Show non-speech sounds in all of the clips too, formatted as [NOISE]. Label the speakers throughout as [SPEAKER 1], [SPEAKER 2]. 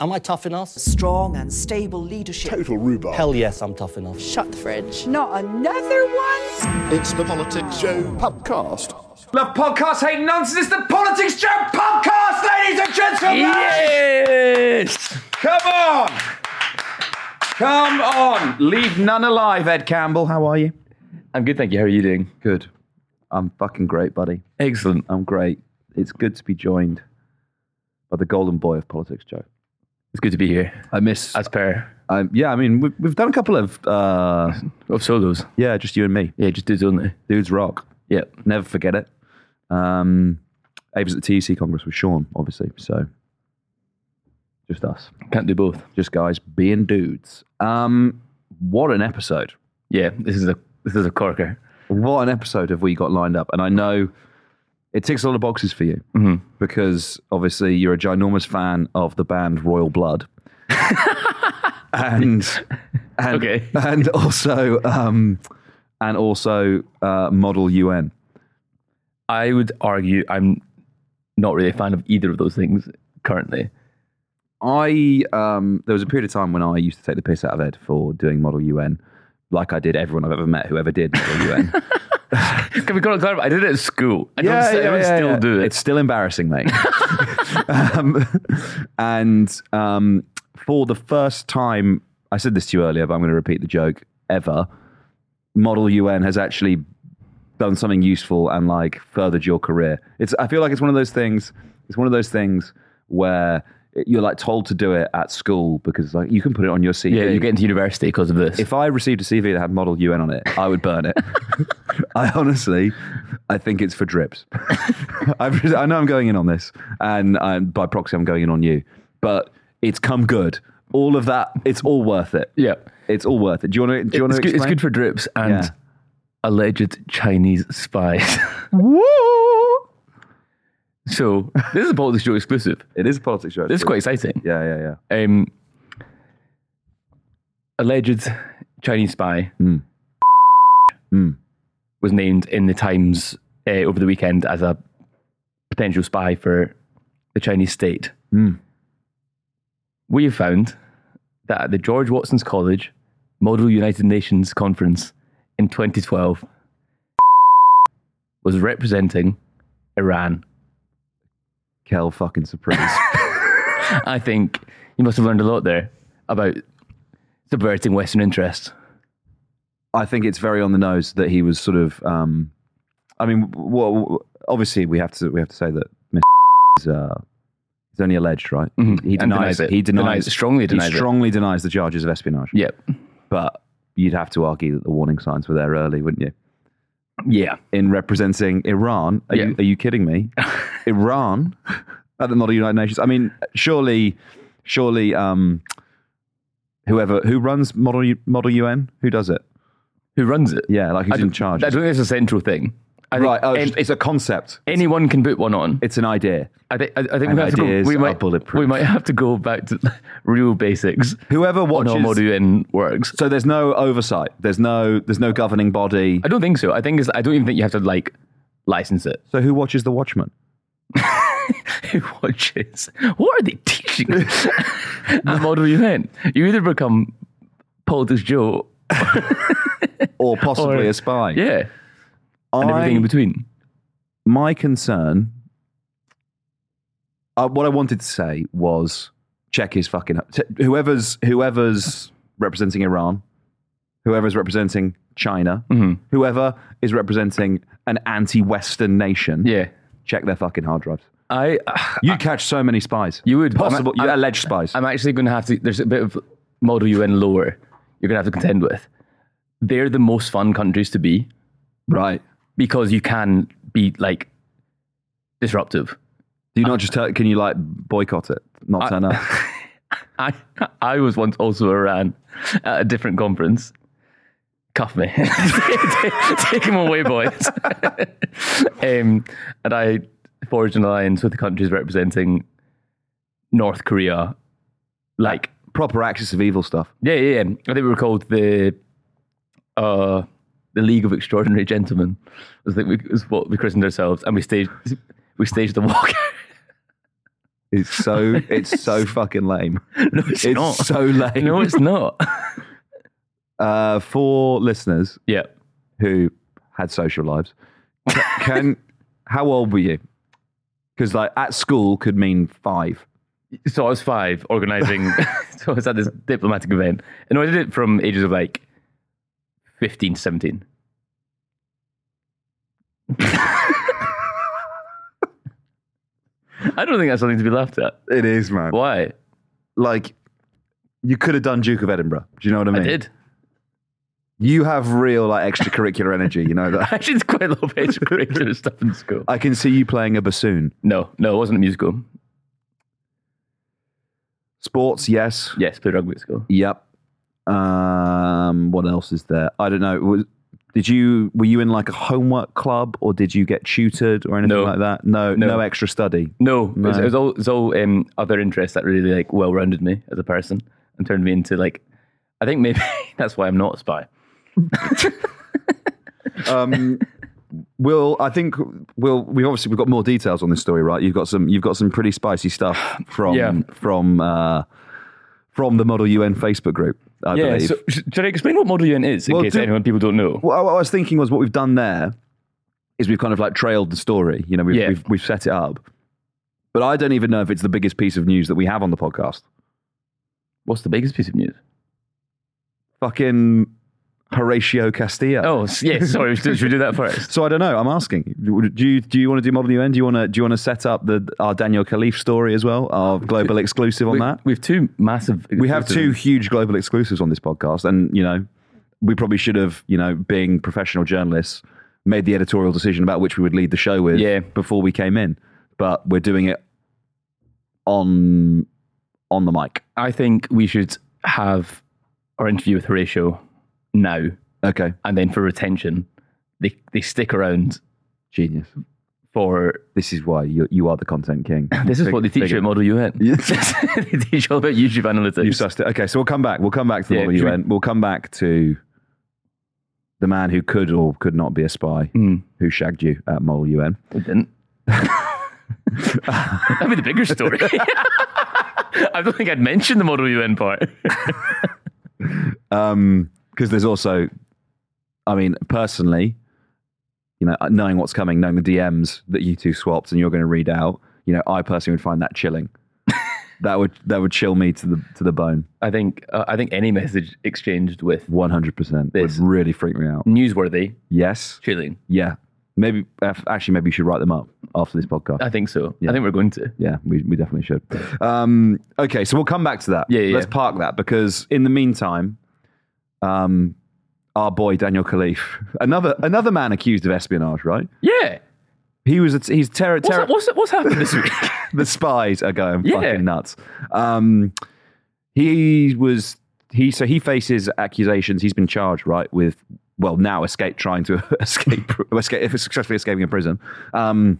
[SPEAKER 1] Am I tough enough?
[SPEAKER 2] strong and stable leadership.
[SPEAKER 3] Total rhubarb.
[SPEAKER 1] Hell yes, I'm tough enough.
[SPEAKER 4] Shut the fridge.
[SPEAKER 2] Not another one.
[SPEAKER 3] It's the Politics Show podcast.
[SPEAKER 5] Love podcast, hate nonsense. It's the Politics Show podcast, ladies and gentlemen. Yes. Come on. Come on. Leave none alive, Ed Campbell. How are you?
[SPEAKER 6] I'm good, thank you. How are you doing? Good. I'm fucking great, buddy.
[SPEAKER 5] Excellent.
[SPEAKER 6] I'm great. It's good to be joined by the golden boy of politics, Joe.
[SPEAKER 7] It's good to be here.
[SPEAKER 6] I miss.
[SPEAKER 7] As per
[SPEAKER 6] Um, yeah, I mean, we've, we've done a couple of, uh,
[SPEAKER 7] of solos.
[SPEAKER 6] yeah, just you and me.
[SPEAKER 7] Yeah, just do don't they?
[SPEAKER 6] Dudes rock.
[SPEAKER 7] Yeah.
[SPEAKER 6] Never forget it. Um, Abe was at the TEC Congress with Sean, obviously. So just us.
[SPEAKER 7] Can't do both.
[SPEAKER 6] Just guys being dudes. Um, what an episode.
[SPEAKER 7] Yeah, this is a this is a corker.
[SPEAKER 6] What an episode have we got lined up? And I know it ticks a lot of boxes for you
[SPEAKER 7] Mm-hmm.
[SPEAKER 6] because obviously you're a ginormous fan of the band Royal Blood, and and,
[SPEAKER 7] Okay.
[SPEAKER 6] [LAUGHS] and also um, and also uh, Model UN.
[SPEAKER 7] I would argue I'm not really a fan of either of those things currently.
[SPEAKER 6] I um, there was a period of time when I used to take the piss out of Ed for doing Model UN, like I did everyone I've ever met who ever did Model [LAUGHS] UN.
[SPEAKER 7] Can we call it clarify? I did it at school. I don't s- I don't still
[SPEAKER 6] yeah.
[SPEAKER 7] do it.
[SPEAKER 6] It's still embarrassing, mate.
[SPEAKER 7] [LAUGHS]
[SPEAKER 6] um, and um, for the first time, I said this to you earlier, but I'm going to repeat the joke ever. Model UN has actually done something useful and like furthered your career. It's I feel like it's one of those things. It's one of those things where you're like told to do it at school because like you can put it on your CV.
[SPEAKER 7] yeah, you get into university because of this.
[SPEAKER 6] If I received a CV that had Model UN on it, I would burn it. I honestly, I think it's for drips. [LAUGHS] I've, I know I'm going in on this, and i by proxy, I'm going in on you. But it's come good. All of that, it's all worth it.
[SPEAKER 7] yeah.
[SPEAKER 6] It's all worth it. Do you want to? Do you want
[SPEAKER 7] It's
[SPEAKER 6] to?
[SPEAKER 7] good, it's good for drips and
[SPEAKER 6] Yeah.
[SPEAKER 7] alleged Chinese spies.
[SPEAKER 6] [LAUGHS] Woo!
[SPEAKER 7] so this is a politics show exclusive.
[SPEAKER 6] It is a politics show.
[SPEAKER 7] This is
[SPEAKER 6] actually.
[SPEAKER 7] quite exciting.
[SPEAKER 6] Yeah, yeah, yeah.
[SPEAKER 7] um, alleged Chinese spy
[SPEAKER 6] Mm. Mm.
[SPEAKER 7] was named in the Times uh, over the weekend as a potential spy for the Chinese state.
[SPEAKER 6] Mm.
[SPEAKER 7] We have found that at the George Watson's College Model United Nations Conference in 2012 was representing Iran.
[SPEAKER 6] Kel fucking surprise.
[SPEAKER 7] I think you must have learned a lot there about subverting Western interests.
[SPEAKER 6] I think it's very on the nose that he was sort of. Um, I mean, well, obviously we have to we have to say that Mr. [LAUGHS] is uh, is only alleged, right?
[SPEAKER 7] Mhm.
[SPEAKER 6] He
[SPEAKER 7] And
[SPEAKER 6] denies,
[SPEAKER 7] denies it.
[SPEAKER 6] He denies,
[SPEAKER 7] Denies- strongly denies
[SPEAKER 6] He
[SPEAKER 7] it.
[SPEAKER 6] strongly denies the charges of espionage.
[SPEAKER 7] Yep.
[SPEAKER 6] but you'd have to argue that the warning signs were there early, wouldn't you?
[SPEAKER 7] Yeah.
[SPEAKER 6] In representing Iran, are,
[SPEAKER 7] Yeah.
[SPEAKER 6] you, are you kidding
[SPEAKER 7] [LAUGHS]
[SPEAKER 6] me? Iran at the Model United Nations. I mean, surely, surely, um, whoever who runs Model U- Model UN, who does it?
[SPEAKER 7] Who runs it?
[SPEAKER 6] Yeah, like
[SPEAKER 7] I
[SPEAKER 6] who's in
[SPEAKER 7] don't-
[SPEAKER 6] charge?
[SPEAKER 7] I don't think that's a central thing. I think
[SPEAKER 6] right, oh, it's,
[SPEAKER 7] an-
[SPEAKER 6] just- it's a concept.
[SPEAKER 7] anyone can put one on.
[SPEAKER 6] It's an idea.
[SPEAKER 7] I think, I, I think
[SPEAKER 6] and
[SPEAKER 7] we, have to go,
[SPEAKER 6] ideas
[SPEAKER 7] we,
[SPEAKER 6] are
[SPEAKER 7] might,
[SPEAKER 6] bulletproof.
[SPEAKER 7] we might have to go back to [LAUGHS] real basics.
[SPEAKER 6] Whoever
[SPEAKER 7] on how
[SPEAKER 6] watches-
[SPEAKER 7] Model UN works.
[SPEAKER 6] So there's no oversight. There's no there's no governing body.
[SPEAKER 7] I don't think so. I think it's, I don't even think you have to like license it. [LAUGHS]
[SPEAKER 6] So who watches the Watchmen?
[SPEAKER 7] Who watches? What are they
[SPEAKER 6] [LAUGHS]
[SPEAKER 7] teaching? A Model UN. You either become Politics Joe,
[SPEAKER 6] Or possibly
[SPEAKER 7] Or-
[SPEAKER 6] a spy.
[SPEAKER 7] Oh, yeah, and
[SPEAKER 6] I-
[SPEAKER 7] everything in between.
[SPEAKER 6] my concern, uh, what I wanted to say was check his fucking t- whoever's whoever's representing Iran, whoever's representing China,
[SPEAKER 7] Mm-hmm.
[SPEAKER 6] whoever is representing an anti-Western nation.
[SPEAKER 7] Yeah.
[SPEAKER 6] check their fucking hard drives.
[SPEAKER 7] I,
[SPEAKER 6] You catch so many spies.
[SPEAKER 7] You would-
[SPEAKER 6] possible
[SPEAKER 7] I'm-
[SPEAKER 6] you
[SPEAKER 7] I'm-
[SPEAKER 6] alleged spies.
[SPEAKER 7] I'm actually going to have to. There's a bit of Model UN lore you're going to have to contend with. They're the most fun countries to be
[SPEAKER 6] right.
[SPEAKER 7] because you can be like disruptive.
[SPEAKER 6] Do you not just turn, can you like boycott it, not turn up?
[SPEAKER 7] I I was once also a ran at a different conference. Cuff me, [LAUGHS] take him away, boys. um, and I forged an alliance with the countries representing North Korea. Like,
[SPEAKER 6] Proper axis of evil stuff.
[SPEAKER 7] yeah, yeah, yeah. I think we were called the uh, the League of Extraordinary Gentlemen. I think we, is what we christened ourselves, and we staged we staged the walkout. [LAUGHS]
[SPEAKER 6] It's [LAUGHS] so it's so fucking lame.
[SPEAKER 7] No, it's,
[SPEAKER 6] It's
[SPEAKER 7] not.
[SPEAKER 6] so lame.
[SPEAKER 7] no, it's not.
[SPEAKER 6] Uh, for listeners
[SPEAKER 7] yeah,
[SPEAKER 6] who had social lives, c- [LAUGHS] can how old were you? Because like at school could mean five.
[SPEAKER 7] so I was five organizing.
[SPEAKER 6] [LAUGHS]
[SPEAKER 7] [LAUGHS] so I was at this diplomatic event, and I did it from ages of like fifteen
[SPEAKER 6] [LAUGHS]
[SPEAKER 7] to seventeen. I don't think that's something to be laughed at.
[SPEAKER 6] It is, man.
[SPEAKER 7] Why?
[SPEAKER 6] Like you could have done Duke of Edinburgh. Do you know what I
[SPEAKER 7] I
[SPEAKER 6] mean?
[SPEAKER 7] [LAUGHS] did.
[SPEAKER 6] You have real like extracurricular energy. You know [LAUGHS] that.
[SPEAKER 7] Actually, it's quite a lot
[SPEAKER 6] [LAUGHS]
[SPEAKER 7] of extracurricular stuff in school.
[SPEAKER 6] I can see you playing a bassoon.
[SPEAKER 7] No, no, it wasn't a musical.
[SPEAKER 6] Sports, yes.
[SPEAKER 7] Yes, played rugby at school.
[SPEAKER 6] Yep. Um, what else is there? I don't know. Was, did you were you in like a homework club or did you get tutored or anything
[SPEAKER 7] No.
[SPEAKER 6] like that? No, no,
[SPEAKER 7] No.
[SPEAKER 6] extra study.
[SPEAKER 7] [LAUGHS] No, it was,
[SPEAKER 6] No.
[SPEAKER 7] it was all, it was all um, other interests that really like well-rounded me as a person and turned me into like. I think maybe [LAUGHS] that's why I'm not a spy.
[SPEAKER 6] Um, Will, I think Will, we obviously we've got more details on this story, right? You've got some you've got some pretty spicy stuff from
[SPEAKER 7] Yeah.
[SPEAKER 6] from uh, from the Model UN Facebook group, I
[SPEAKER 7] yeah.
[SPEAKER 6] believe.
[SPEAKER 7] So, sh- should I explain what Model UN is in
[SPEAKER 6] Well,
[SPEAKER 7] case
[SPEAKER 6] do-
[SPEAKER 7] anyone people don't know?
[SPEAKER 6] what I what I was thinking was what we've done there is we've kind of like trailed the story. You know, we've,
[SPEAKER 7] Yeah.
[SPEAKER 6] we've, we've set it up. But I don't even know if it's the biggest piece of news that we have on the podcast.
[SPEAKER 7] What's the biggest piece of news?
[SPEAKER 6] Fucking Horatio Castillo.
[SPEAKER 7] Oh, s- yeah. Sorry, we should, should we do that first?
[SPEAKER 6] [LAUGHS] So I don't know. I'm asking. Do you do you want to do Model UN? Do you want to do you want to set up the our Daniel Khalif story as well?
[SPEAKER 7] [LAUGHS]
[SPEAKER 6] Our global exclusive on
[SPEAKER 7] we,
[SPEAKER 6] that.
[SPEAKER 7] we have two massive.
[SPEAKER 6] We have two huge global exclusives on this podcast, and you know, we probably should have, you know, being professional journalists, made the editorial decision about which we would lead the show with
[SPEAKER 7] Yeah.
[SPEAKER 6] before we came in. But we're doing it on on the mic.
[SPEAKER 7] I think we should have our interview with Horatio now,
[SPEAKER 6] Okay,
[SPEAKER 7] and then for retention, they they
[SPEAKER 6] [LAUGHS]
[SPEAKER 7] stick around
[SPEAKER 6] genius.
[SPEAKER 7] for
[SPEAKER 6] This is why you you are the content king.
[SPEAKER 7] [COUGHS] This is
[SPEAKER 6] Fig-
[SPEAKER 7] what they teach
[SPEAKER 6] figure
[SPEAKER 7] you at Model UN. [LAUGHS] they teach you all about YouTube analytics.
[SPEAKER 6] You sussed it. Okay, so we'll come back. We'll come back to the
[SPEAKER 7] Yeah,
[SPEAKER 6] Model
[SPEAKER 7] should we-
[SPEAKER 6] UN. We'll come back to the man who could or could not be a spy
[SPEAKER 7] Mm.
[SPEAKER 6] who shagged you at Model UN. [LAUGHS]
[SPEAKER 7] They didn't. [LAUGHS] That'd be the bigger story. [LAUGHS] I don't think I'd mention the Model UN part.
[SPEAKER 6] um because there's also i mean personally you know knowing what's coming knowing the dms that you two swapped and you're going to read out you know i personally would find that
[SPEAKER 7] [LAUGHS]
[SPEAKER 6] chilling that would that would chill me to the to the bone
[SPEAKER 7] I think uh, I think any message exchanged with
[SPEAKER 6] 100%
[SPEAKER 7] This.
[SPEAKER 6] would really freak me out
[SPEAKER 7] newsworthy
[SPEAKER 6] yes
[SPEAKER 7] chilling.
[SPEAKER 6] yeah maybe af- actually maybe you should write them up after this podcast
[SPEAKER 7] I think so.
[SPEAKER 6] Yeah.
[SPEAKER 7] I think we're going to.
[SPEAKER 6] yeah, we, we definitely should. Um, okay, so we'll come back to that.
[SPEAKER 7] Yeah, yeah,
[SPEAKER 6] Let's
[SPEAKER 7] yeah.
[SPEAKER 6] park that because in the meantime, um, our boy Daniel Khalif, [LAUGHS] another another man accused of espionage, right?
[SPEAKER 7] Yeah.
[SPEAKER 6] He was a t- he's terror
[SPEAKER 7] What's,
[SPEAKER 6] terror.
[SPEAKER 7] what's, what's happened this week?
[SPEAKER 6] The spies are going
[SPEAKER 7] Yeah.
[SPEAKER 6] fucking nuts. Um, he was he so he faces accusations. He's been charged right with well now escape trying to [LAUGHS] escape escape successfully escaping a prison. Um,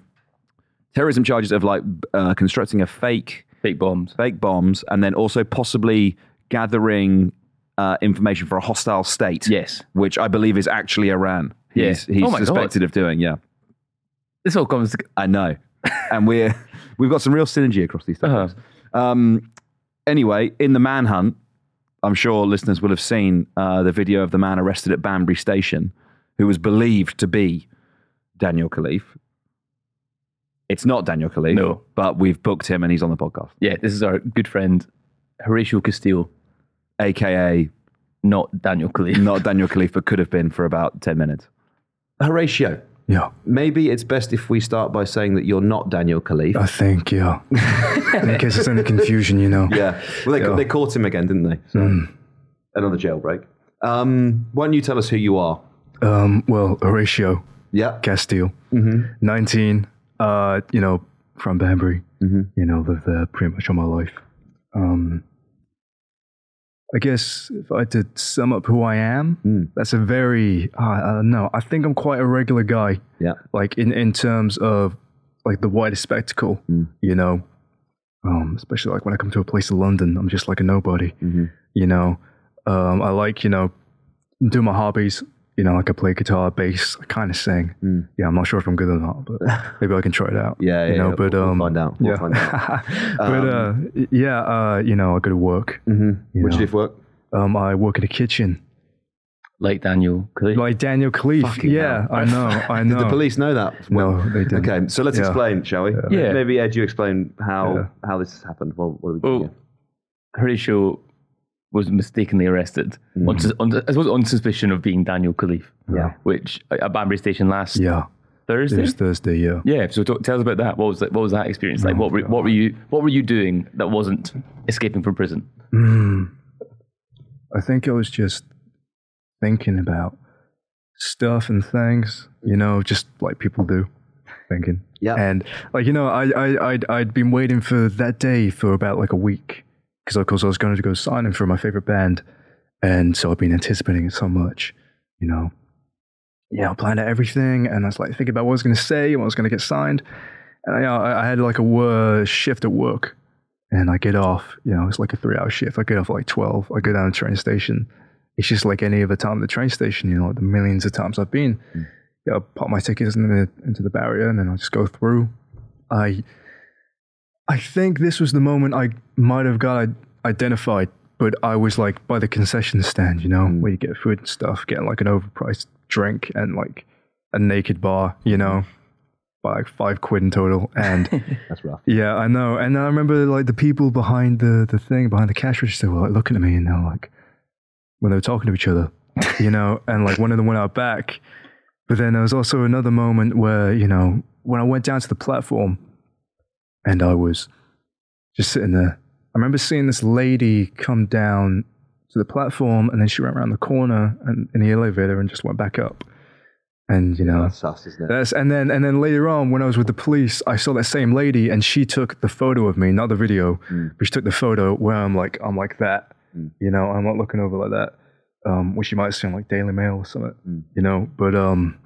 [SPEAKER 6] terrorism charges of like uh, constructing a fake
[SPEAKER 7] [LAUGHS] Fake bombs.
[SPEAKER 6] fake bombs, and then also possibly gathering uh, information for a hostile state.
[SPEAKER 7] Yes.
[SPEAKER 6] Which I believe is actually Iran. He's,
[SPEAKER 7] Yeah.
[SPEAKER 6] he's
[SPEAKER 7] Oh my God.
[SPEAKER 6] suspected of doing. Yeah,
[SPEAKER 7] This all comes. To,
[SPEAKER 6] I know. Uh, and we're [LAUGHS] we've got some real synergy across these
[SPEAKER 7] uh,
[SPEAKER 6] topics. Um, anyway, in the manhunt, I'm sure listeners will have seen uh, the video of the man arrested at Banbury Station, who was believed to be Daniel Khalif. It's not Daniel Khalif,
[SPEAKER 7] No.
[SPEAKER 6] but we've booked him and he's on the podcast,
[SPEAKER 7] yeah. This is our good friend Horatio Castillo,
[SPEAKER 6] aka
[SPEAKER 7] not Daniel Khalid.
[SPEAKER 6] not Daniel Khalif, but could have been for about 10 minutes. Horatio.
[SPEAKER 4] Yeah,
[SPEAKER 6] Maybe it's best if we start by saying that you're not Daniel Khalif.
[SPEAKER 4] I think, yeah. In case there's any confusion, you know.
[SPEAKER 6] Yeah. Well, they,
[SPEAKER 4] Yeah. Hmm.
[SPEAKER 6] they caught him again, didn't they? So Another jailbreak. Um, why don't you tell us who you are?
[SPEAKER 4] Um, well, Horatio
[SPEAKER 6] Yeah.
[SPEAKER 7] Mm-hmm.
[SPEAKER 4] Castile, 19, uh, you know, from Banbury. You know, lived there pretty much all my life. Um, I guess if I had to sum up who I am, that's a very uh, I don't know. I think I'm quite a regular guy.
[SPEAKER 6] Yeah.
[SPEAKER 4] Like in in terms of like the wider spectacle,
[SPEAKER 6] Mm.
[SPEAKER 4] you know. Um, especially like when I come to a place in London, I'm just like a nobody.
[SPEAKER 6] Mm-hmm.
[SPEAKER 4] You know, um, I like you know do my hobbies. You know, like I play guitar, bass, I kind of sing. Yeah, I'm not sure if I'm good or not,
[SPEAKER 6] [LAUGHS]
[SPEAKER 4] but maybe I can try it out.
[SPEAKER 6] Mm. Yeah, yeah,
[SPEAKER 4] you know,
[SPEAKER 6] yeah.
[SPEAKER 4] but
[SPEAKER 6] We'll- we'll
[SPEAKER 4] um,
[SPEAKER 6] find out. We'll
[SPEAKER 4] yeah. [LAUGHS]
[SPEAKER 6] find out. Um,
[SPEAKER 4] but uh, y- yeah, uh, you know, I go to work. You
[SPEAKER 6] Mm-hmm. What do
[SPEAKER 4] know.
[SPEAKER 6] you do for work?
[SPEAKER 4] Um, I work in a kitchen,
[SPEAKER 7] Like Daniel. Craig.
[SPEAKER 4] like Daniel Cleef. yeah, I know,
[SPEAKER 6] [LAUGHS]
[SPEAKER 4] I know.
[SPEAKER 6] Did the police know that?
[SPEAKER 4] No, they didn't.
[SPEAKER 6] Okay, so let's
[SPEAKER 4] Yeah.
[SPEAKER 6] explain, shall we?
[SPEAKER 7] Yeah.
[SPEAKER 6] Maybe Ed, you explain how how this has happened. What, what are we doing?
[SPEAKER 7] Well, Horatio was mistakenly arrested on, sus- on, I suppose on suspicion of being Daniel Khalif.
[SPEAKER 6] Mm-hmm. Yeah.
[SPEAKER 7] Which uh, at Banbury Station last
[SPEAKER 4] Yeah, it
[SPEAKER 7] Thursday.
[SPEAKER 4] was Thursday. Yeah.
[SPEAKER 7] Yeah, so talk, tell us about that. What was that, what was that experience
[SPEAKER 6] Oh
[SPEAKER 7] like? What were, what were you what were you doing that wasn't escaping from prison?
[SPEAKER 4] I think I was just thinking about stuff and things, you know, just like people do, thinking.
[SPEAKER 6] Yeah.
[SPEAKER 4] And like you know, I I I'd, I'd been waiting for that day for about like a week because of course I was going to go sign in for my favorite band, and so I've been anticipating it so much, you know. Yeah, I planned out everything, and I was like thinking about what I was going to say and what I was going to get signed, and you know, I, I had like a wor- shift at work and I get off, you know, it's like a three hour shift. I get off at like 12. I go down to the train station. It's just like any other time at the train station, you know, like the millions of times I've been. Yeah, I pop my tickets in the, into the barrier and then I just go through. I I think this was the moment I might have got identified, but I was like by the concession stand, you know, where you get food and stuff, getting like an overpriced drink and like a naked bar, you know, by like five quid in total. And
[SPEAKER 6] [LAUGHS] That's rough.
[SPEAKER 4] yeah, I know. And I remember like the people behind the, the thing, behind the cash register were like looking at me and they were like, when they were talking to each other, you know,
[SPEAKER 6] [LAUGHS]
[SPEAKER 4] and like one of them went out back. But then there was also another moment where, you know, when I went down to the platform and I was just sitting there, I remember seeing this lady come down to the platform and then she went around the corner and in the elevator and just went back up. And, you know,
[SPEAKER 6] That's sus, isn't it?
[SPEAKER 4] that's, and then and then later on, when I was with the police, I saw that same lady, and she took the photo of me, not the video,
[SPEAKER 6] Mm.
[SPEAKER 4] but she took the photo where I'm like I'm like that, you know, I'm not looking over like that, um, which you might see on like Daily Mail or something,
[SPEAKER 6] Mm.
[SPEAKER 4] you know. But um,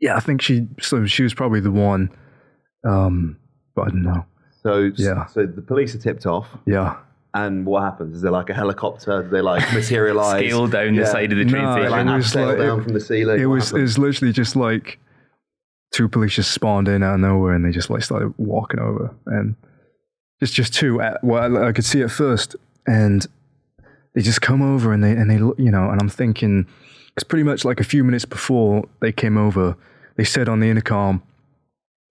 [SPEAKER 4] yeah, I think she so she was probably the one, um, but I don't know.
[SPEAKER 6] so,
[SPEAKER 4] Yeah.
[SPEAKER 6] so the police are tipped off,
[SPEAKER 4] Yeah,
[SPEAKER 6] and what happens? Is there like a helicopter? Do they
[SPEAKER 7] [LAUGHS]
[SPEAKER 6] like materialize?
[SPEAKER 7] Scale down the
[SPEAKER 6] Yeah.
[SPEAKER 7] side of the train
[SPEAKER 4] No,
[SPEAKER 6] They
[SPEAKER 7] station.
[SPEAKER 6] like
[SPEAKER 4] It was
[SPEAKER 6] upscale
[SPEAKER 4] like-
[SPEAKER 6] down
[SPEAKER 4] it-
[SPEAKER 6] from the ceiling.
[SPEAKER 4] it
[SPEAKER 6] What
[SPEAKER 4] was it
[SPEAKER 6] happened?
[SPEAKER 4] was literally just like two police just spawned in out of nowhere and they just like started walking over and it's just two at, well I, I could see at first and they just come over and they and they look you know and I'm thinking it's pretty much like a few minutes before they came over they said on the intercom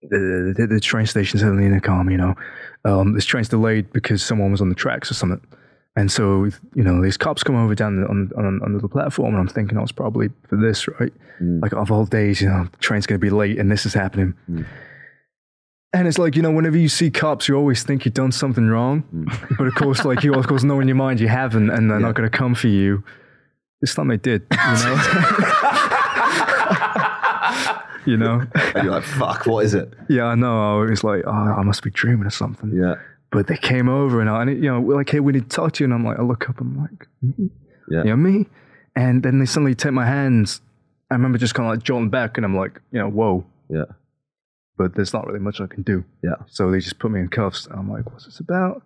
[SPEAKER 4] the, the, the train station said on the intercom you know um, this train's delayed because someone was on the tracks or something and so, you know, these cops come over down the, on, on, on the platform, and I'm thinking, oh, it's probably for this, right? Like, of all days, you know, the train's going to be late, and this is happening. And it's like, you know, whenever you see cops, you always think you've done something wrong. [LAUGHS] But of course, like, you, of course, know in your mind you haven't, and they're not going to come for you. This time they did, you know? [LAUGHS] you know?
[SPEAKER 6] And you're like, fuck, what
[SPEAKER 4] [LAUGHS]
[SPEAKER 6] is it?
[SPEAKER 4] Yeah, I know. I was like, oh, I must be dreaming of something
[SPEAKER 6] Yeah.
[SPEAKER 4] but they came over and I, and, you know, we're like, hey, we need to talk to you. And I'm like, I look up, I'm like, me?
[SPEAKER 6] Yeah.
[SPEAKER 4] you know, me? And then they suddenly take my hands. I remember just kind of like jolting back and I'm like, you know, whoa,
[SPEAKER 6] Yeah.
[SPEAKER 4] but there's not really much I can do.
[SPEAKER 6] Yeah.
[SPEAKER 4] So they just put me in cuffs. And I'm like, what's this about?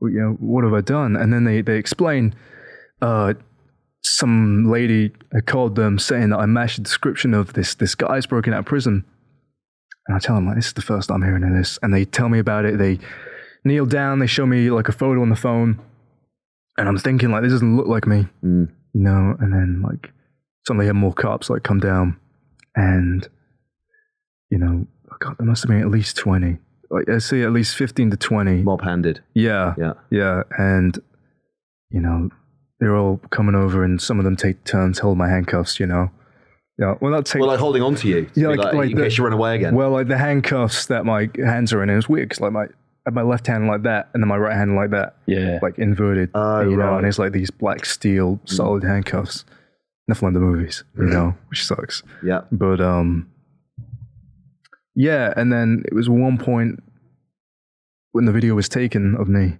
[SPEAKER 4] Well, you know, what have I done? And then they, they explain uh, some lady had called them saying that I matched the description of this, this guy's broken out of prison. And I tell them, like, this is the first I'm hearing of this. And they tell me about it. They kneel down. They show me like a photo on the phone. And I'm thinking, like, this doesn't look like me. You know? And then, like, suddenly I hear more cops, like, come down. And you know, oh God, there must have been at least 20. Like, I see at least 15 to 20.
[SPEAKER 6] Mob handed.
[SPEAKER 4] yeah.
[SPEAKER 6] Yeah.
[SPEAKER 4] Yeah. And, you know, they're all coming over and some of them take turns holding my handcuffs, you know. Yeah. Well, not take.
[SPEAKER 6] Well, like holding on to you. To
[SPEAKER 4] Yeah,
[SPEAKER 6] be
[SPEAKER 4] like- like
[SPEAKER 6] in
[SPEAKER 4] the-
[SPEAKER 6] case you run away again.
[SPEAKER 4] well, like the handcuffs that my hands are in, it was weird because, like, my, I had my left hand like that and then my right hand like that,
[SPEAKER 7] yeah.
[SPEAKER 4] like inverted.
[SPEAKER 6] Oh,
[SPEAKER 4] you know,
[SPEAKER 6] right. Mm.
[SPEAKER 4] and it's like these black steel solid handcuffs.
[SPEAKER 6] Mm.
[SPEAKER 4] Nothing like the movies, you know, which sucks.
[SPEAKER 6] yeah.
[SPEAKER 4] But um, Yeah, and then it was one point when the video was taken of me.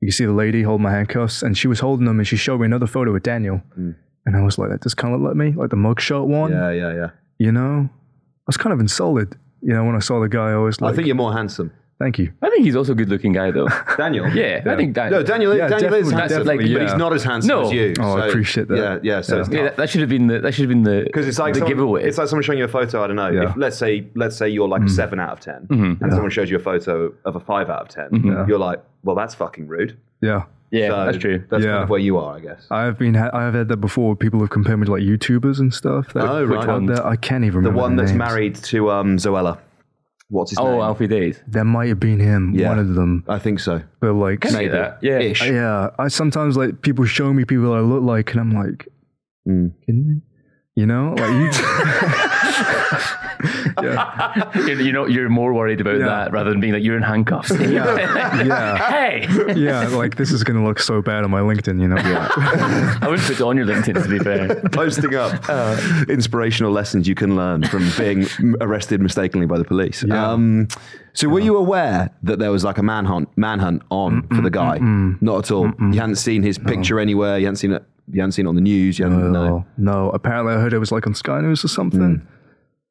[SPEAKER 4] You see the lady hold my handcuffs, and she was holding them, and she showed me another photo of Daniel, and I was like, "That just kind of let me like the mugshot one,
[SPEAKER 6] Mm. Yeah, yeah, yeah.
[SPEAKER 4] you know." I was kind of insulted, you know, when I saw the guy. I was like,
[SPEAKER 6] I think you're more handsome.
[SPEAKER 4] "Thank you."
[SPEAKER 7] I think he's also a good looking guy, though.
[SPEAKER 6] [LAUGHS] Daniel?
[SPEAKER 7] Yeah, I think that.
[SPEAKER 6] No, Daniel,
[SPEAKER 4] uh, Yeah,
[SPEAKER 6] Daniel is
[SPEAKER 4] definitely,
[SPEAKER 6] handsome,
[SPEAKER 7] definitely,
[SPEAKER 6] but he's
[SPEAKER 4] yeah.
[SPEAKER 6] not as handsome
[SPEAKER 7] No.
[SPEAKER 6] as you.
[SPEAKER 4] Oh, I
[SPEAKER 6] so-
[SPEAKER 4] appreciate that.
[SPEAKER 6] Yeah, yeah. So
[SPEAKER 4] Yeah.
[SPEAKER 6] it's
[SPEAKER 7] Yeah,
[SPEAKER 6] tough.
[SPEAKER 7] that, that should have been the that should have been the
[SPEAKER 6] Because it's like
[SPEAKER 7] the
[SPEAKER 6] someone,
[SPEAKER 7] giveaway. Mm-hmm.
[SPEAKER 6] It's like someone showing you a photo. I don't know.
[SPEAKER 4] Yeah.
[SPEAKER 6] If, let's say let's say you're like a seven out of 10 and someone shows you a photo of a five out of 10 You're like, well, that's fucking rude.
[SPEAKER 4] Yeah,
[SPEAKER 7] Mm-hmm. yeah,
[SPEAKER 6] So
[SPEAKER 7] that's true.
[SPEAKER 6] That's
[SPEAKER 4] Yeah.
[SPEAKER 6] kind of where you are, I guess.
[SPEAKER 4] I've been, ha- I've had that before. People have compared me to like YouTubers and stuff. That,
[SPEAKER 6] Oh, right.
[SPEAKER 4] that- that- I can't even
[SPEAKER 6] the
[SPEAKER 4] remember
[SPEAKER 6] one
[SPEAKER 4] their
[SPEAKER 6] that's
[SPEAKER 4] names.
[SPEAKER 6] married to um, Zoella. What's his name?
[SPEAKER 7] oh, Alfie Days.
[SPEAKER 4] That might have been him,
[SPEAKER 6] Yeah.
[SPEAKER 4] one of them.
[SPEAKER 6] I think so.
[SPEAKER 4] But like,
[SPEAKER 7] Maybe that. Yeah.
[SPEAKER 6] Ish.
[SPEAKER 4] yeah, I sometimes like people show me people I look like, and I'm like,
[SPEAKER 6] Mm.
[SPEAKER 4] kidding me? You know, like
[SPEAKER 6] [LAUGHS]
[SPEAKER 4] you,
[SPEAKER 7] You're, you know, you're more worried about
[SPEAKER 4] Yeah.
[SPEAKER 7] that rather than being like you're in
[SPEAKER 4] [LAUGHS]
[SPEAKER 7] handcuffs.
[SPEAKER 4] yeah,
[SPEAKER 7] [LAUGHS] hey,
[SPEAKER 4] yeah. Like this is gonna look so bad on my LinkedIn, you know? [LAUGHS] Yeah,
[SPEAKER 7] I wouldn't put it on your LinkedIn to be fair.
[SPEAKER 6] Posting [LAUGHS] up Uh. inspirational lessons you can learn from being m- arrested mistakenly by the police.
[SPEAKER 4] Yeah.
[SPEAKER 6] Um, so, were you aware that there was like a manhunt, manhunt on for the guy? Not at all. You hadn't seen his picture anywhere. You hadn't seen it. You hadn't seen it on the news. You hadn't, no. Mm.
[SPEAKER 4] no, no. Apparently, I heard it was like on Sky News or something.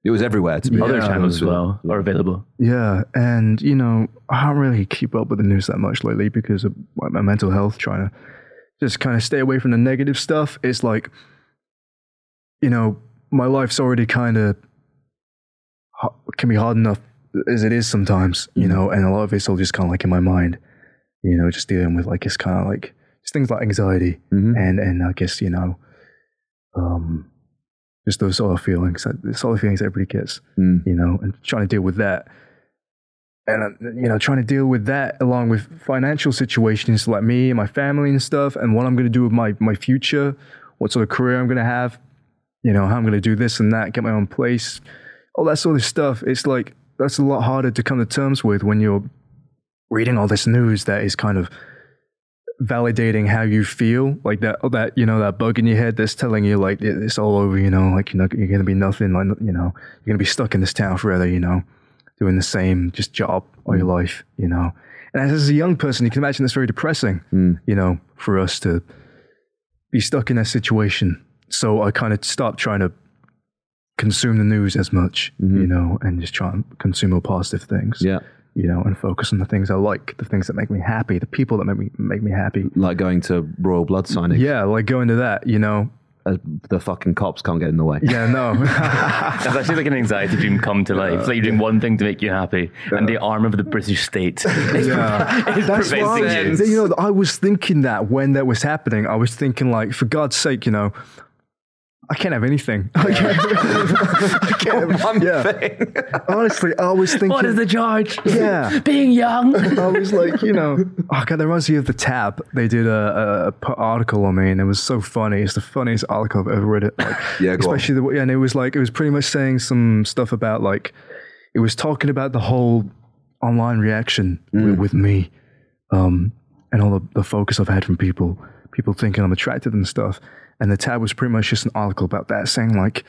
[SPEAKER 6] It was everywhere. To be
[SPEAKER 7] Other
[SPEAKER 6] honest.
[SPEAKER 7] channels as well are available.
[SPEAKER 4] Yeah, and you know, I don't really keep up with the news that much lately because of like, my mental health. Trying to just kind of stay away from the negative stuff. It's like, you know, my life's already kind of can be hard enough as it is sometimes. You know, and a lot of it's all just kind of like in my mind. You know, just dealing with like it's kind of like just things like anxiety and and I guess you know, um, just those sort of feelings. That the sort of feelings everybody gets you know, and trying to deal with that. And, uh, you know, trying to deal with that along with financial situations like me and my family and stuff, and what I'm going to do with my, my future, what sort of career I'm going to have, you know, how I'm going to do this and that, get my own place, all that sort of stuff. It's like, that's a lot harder to come to terms with when you're reading all this news that is kind of validating how you feel like that oh, that you know that bug in your head that's telling you like it- it's all over you know like you're not you're gonna be nothing like you know you're gonna be stuck in this town forever you know doing the same just job all your life you know and as, as a young person you can imagine that's very depressing you know for us to be stuck in that situation so i kind of stopped trying to consume the news as much you know and just try and consume more positive things
[SPEAKER 6] Yeah.
[SPEAKER 4] you know, and focus on the things I like, the things that make me happy, the people that make me make me happy.
[SPEAKER 6] Like going to Royal Blood signing.
[SPEAKER 4] Yeah, like going to that, you know.
[SPEAKER 6] Uh, the fucking cops can't get in the way.
[SPEAKER 4] Yeah, no.
[SPEAKER 7] That's actually like an anxiety dream come to life. It's like you're doing one thing to make you happy, and the arm of the British state is
[SPEAKER 4] yeah.
[SPEAKER 7] preventing
[SPEAKER 4] I
[SPEAKER 7] you.
[SPEAKER 4] was, you know, I was thinking that when that was happening, I was thinking like, for God's sake, you know, I can't have anything. [LAUGHS] I can't, I can't
[SPEAKER 5] [LAUGHS]
[SPEAKER 4] have one thing. Honestly, I was thinking
[SPEAKER 7] What is the charge?
[SPEAKER 4] Yeah. Um,
[SPEAKER 7] Being young.
[SPEAKER 4] [LAUGHS] I was like, you know, oh god, that reminds me of the tab. They did a, a, a p- article on me, and it was so funny. It's the funniest article I've ever read. It, like,
[SPEAKER 6] Yeah, go on.
[SPEAKER 4] especially the [LAUGHS] yeah, and it was like it was pretty much saying some stuff about like it was talking about the whole online reaction wi- with, me, um, and all the, the focus I've had from people, people thinking I'm attractive and stuff. And the tab was pretty much just an article about that, saying like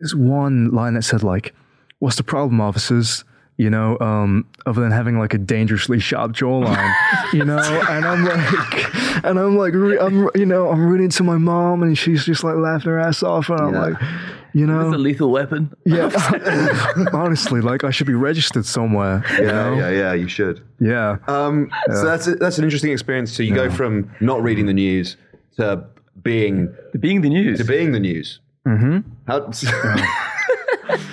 [SPEAKER 4] there's one line that said like, "What's the problem, officers?" You know, um, other than having like a dangerously sharp jawline,
[SPEAKER 6] [LAUGHS]
[SPEAKER 4] you know, and I'm like, and I'm like, re- I'm you know, I'm rooting to my mom, and she's just like laughing her ass off, and I'm
[SPEAKER 6] Yeah.
[SPEAKER 4] like, you know,
[SPEAKER 7] It's a lethal weapon.
[SPEAKER 4] yeah.
[SPEAKER 6] [LAUGHS]
[SPEAKER 4] [LAUGHS] Honestly, like I should be registered somewhere. You know?
[SPEAKER 6] yeah, yeah. You should.
[SPEAKER 4] Yeah.
[SPEAKER 6] Um, So that's a, that's an interesting experience. So you go from not reading the news to being
[SPEAKER 7] Being the news.
[SPEAKER 6] to being the news. Mm-hmm. How, [LAUGHS]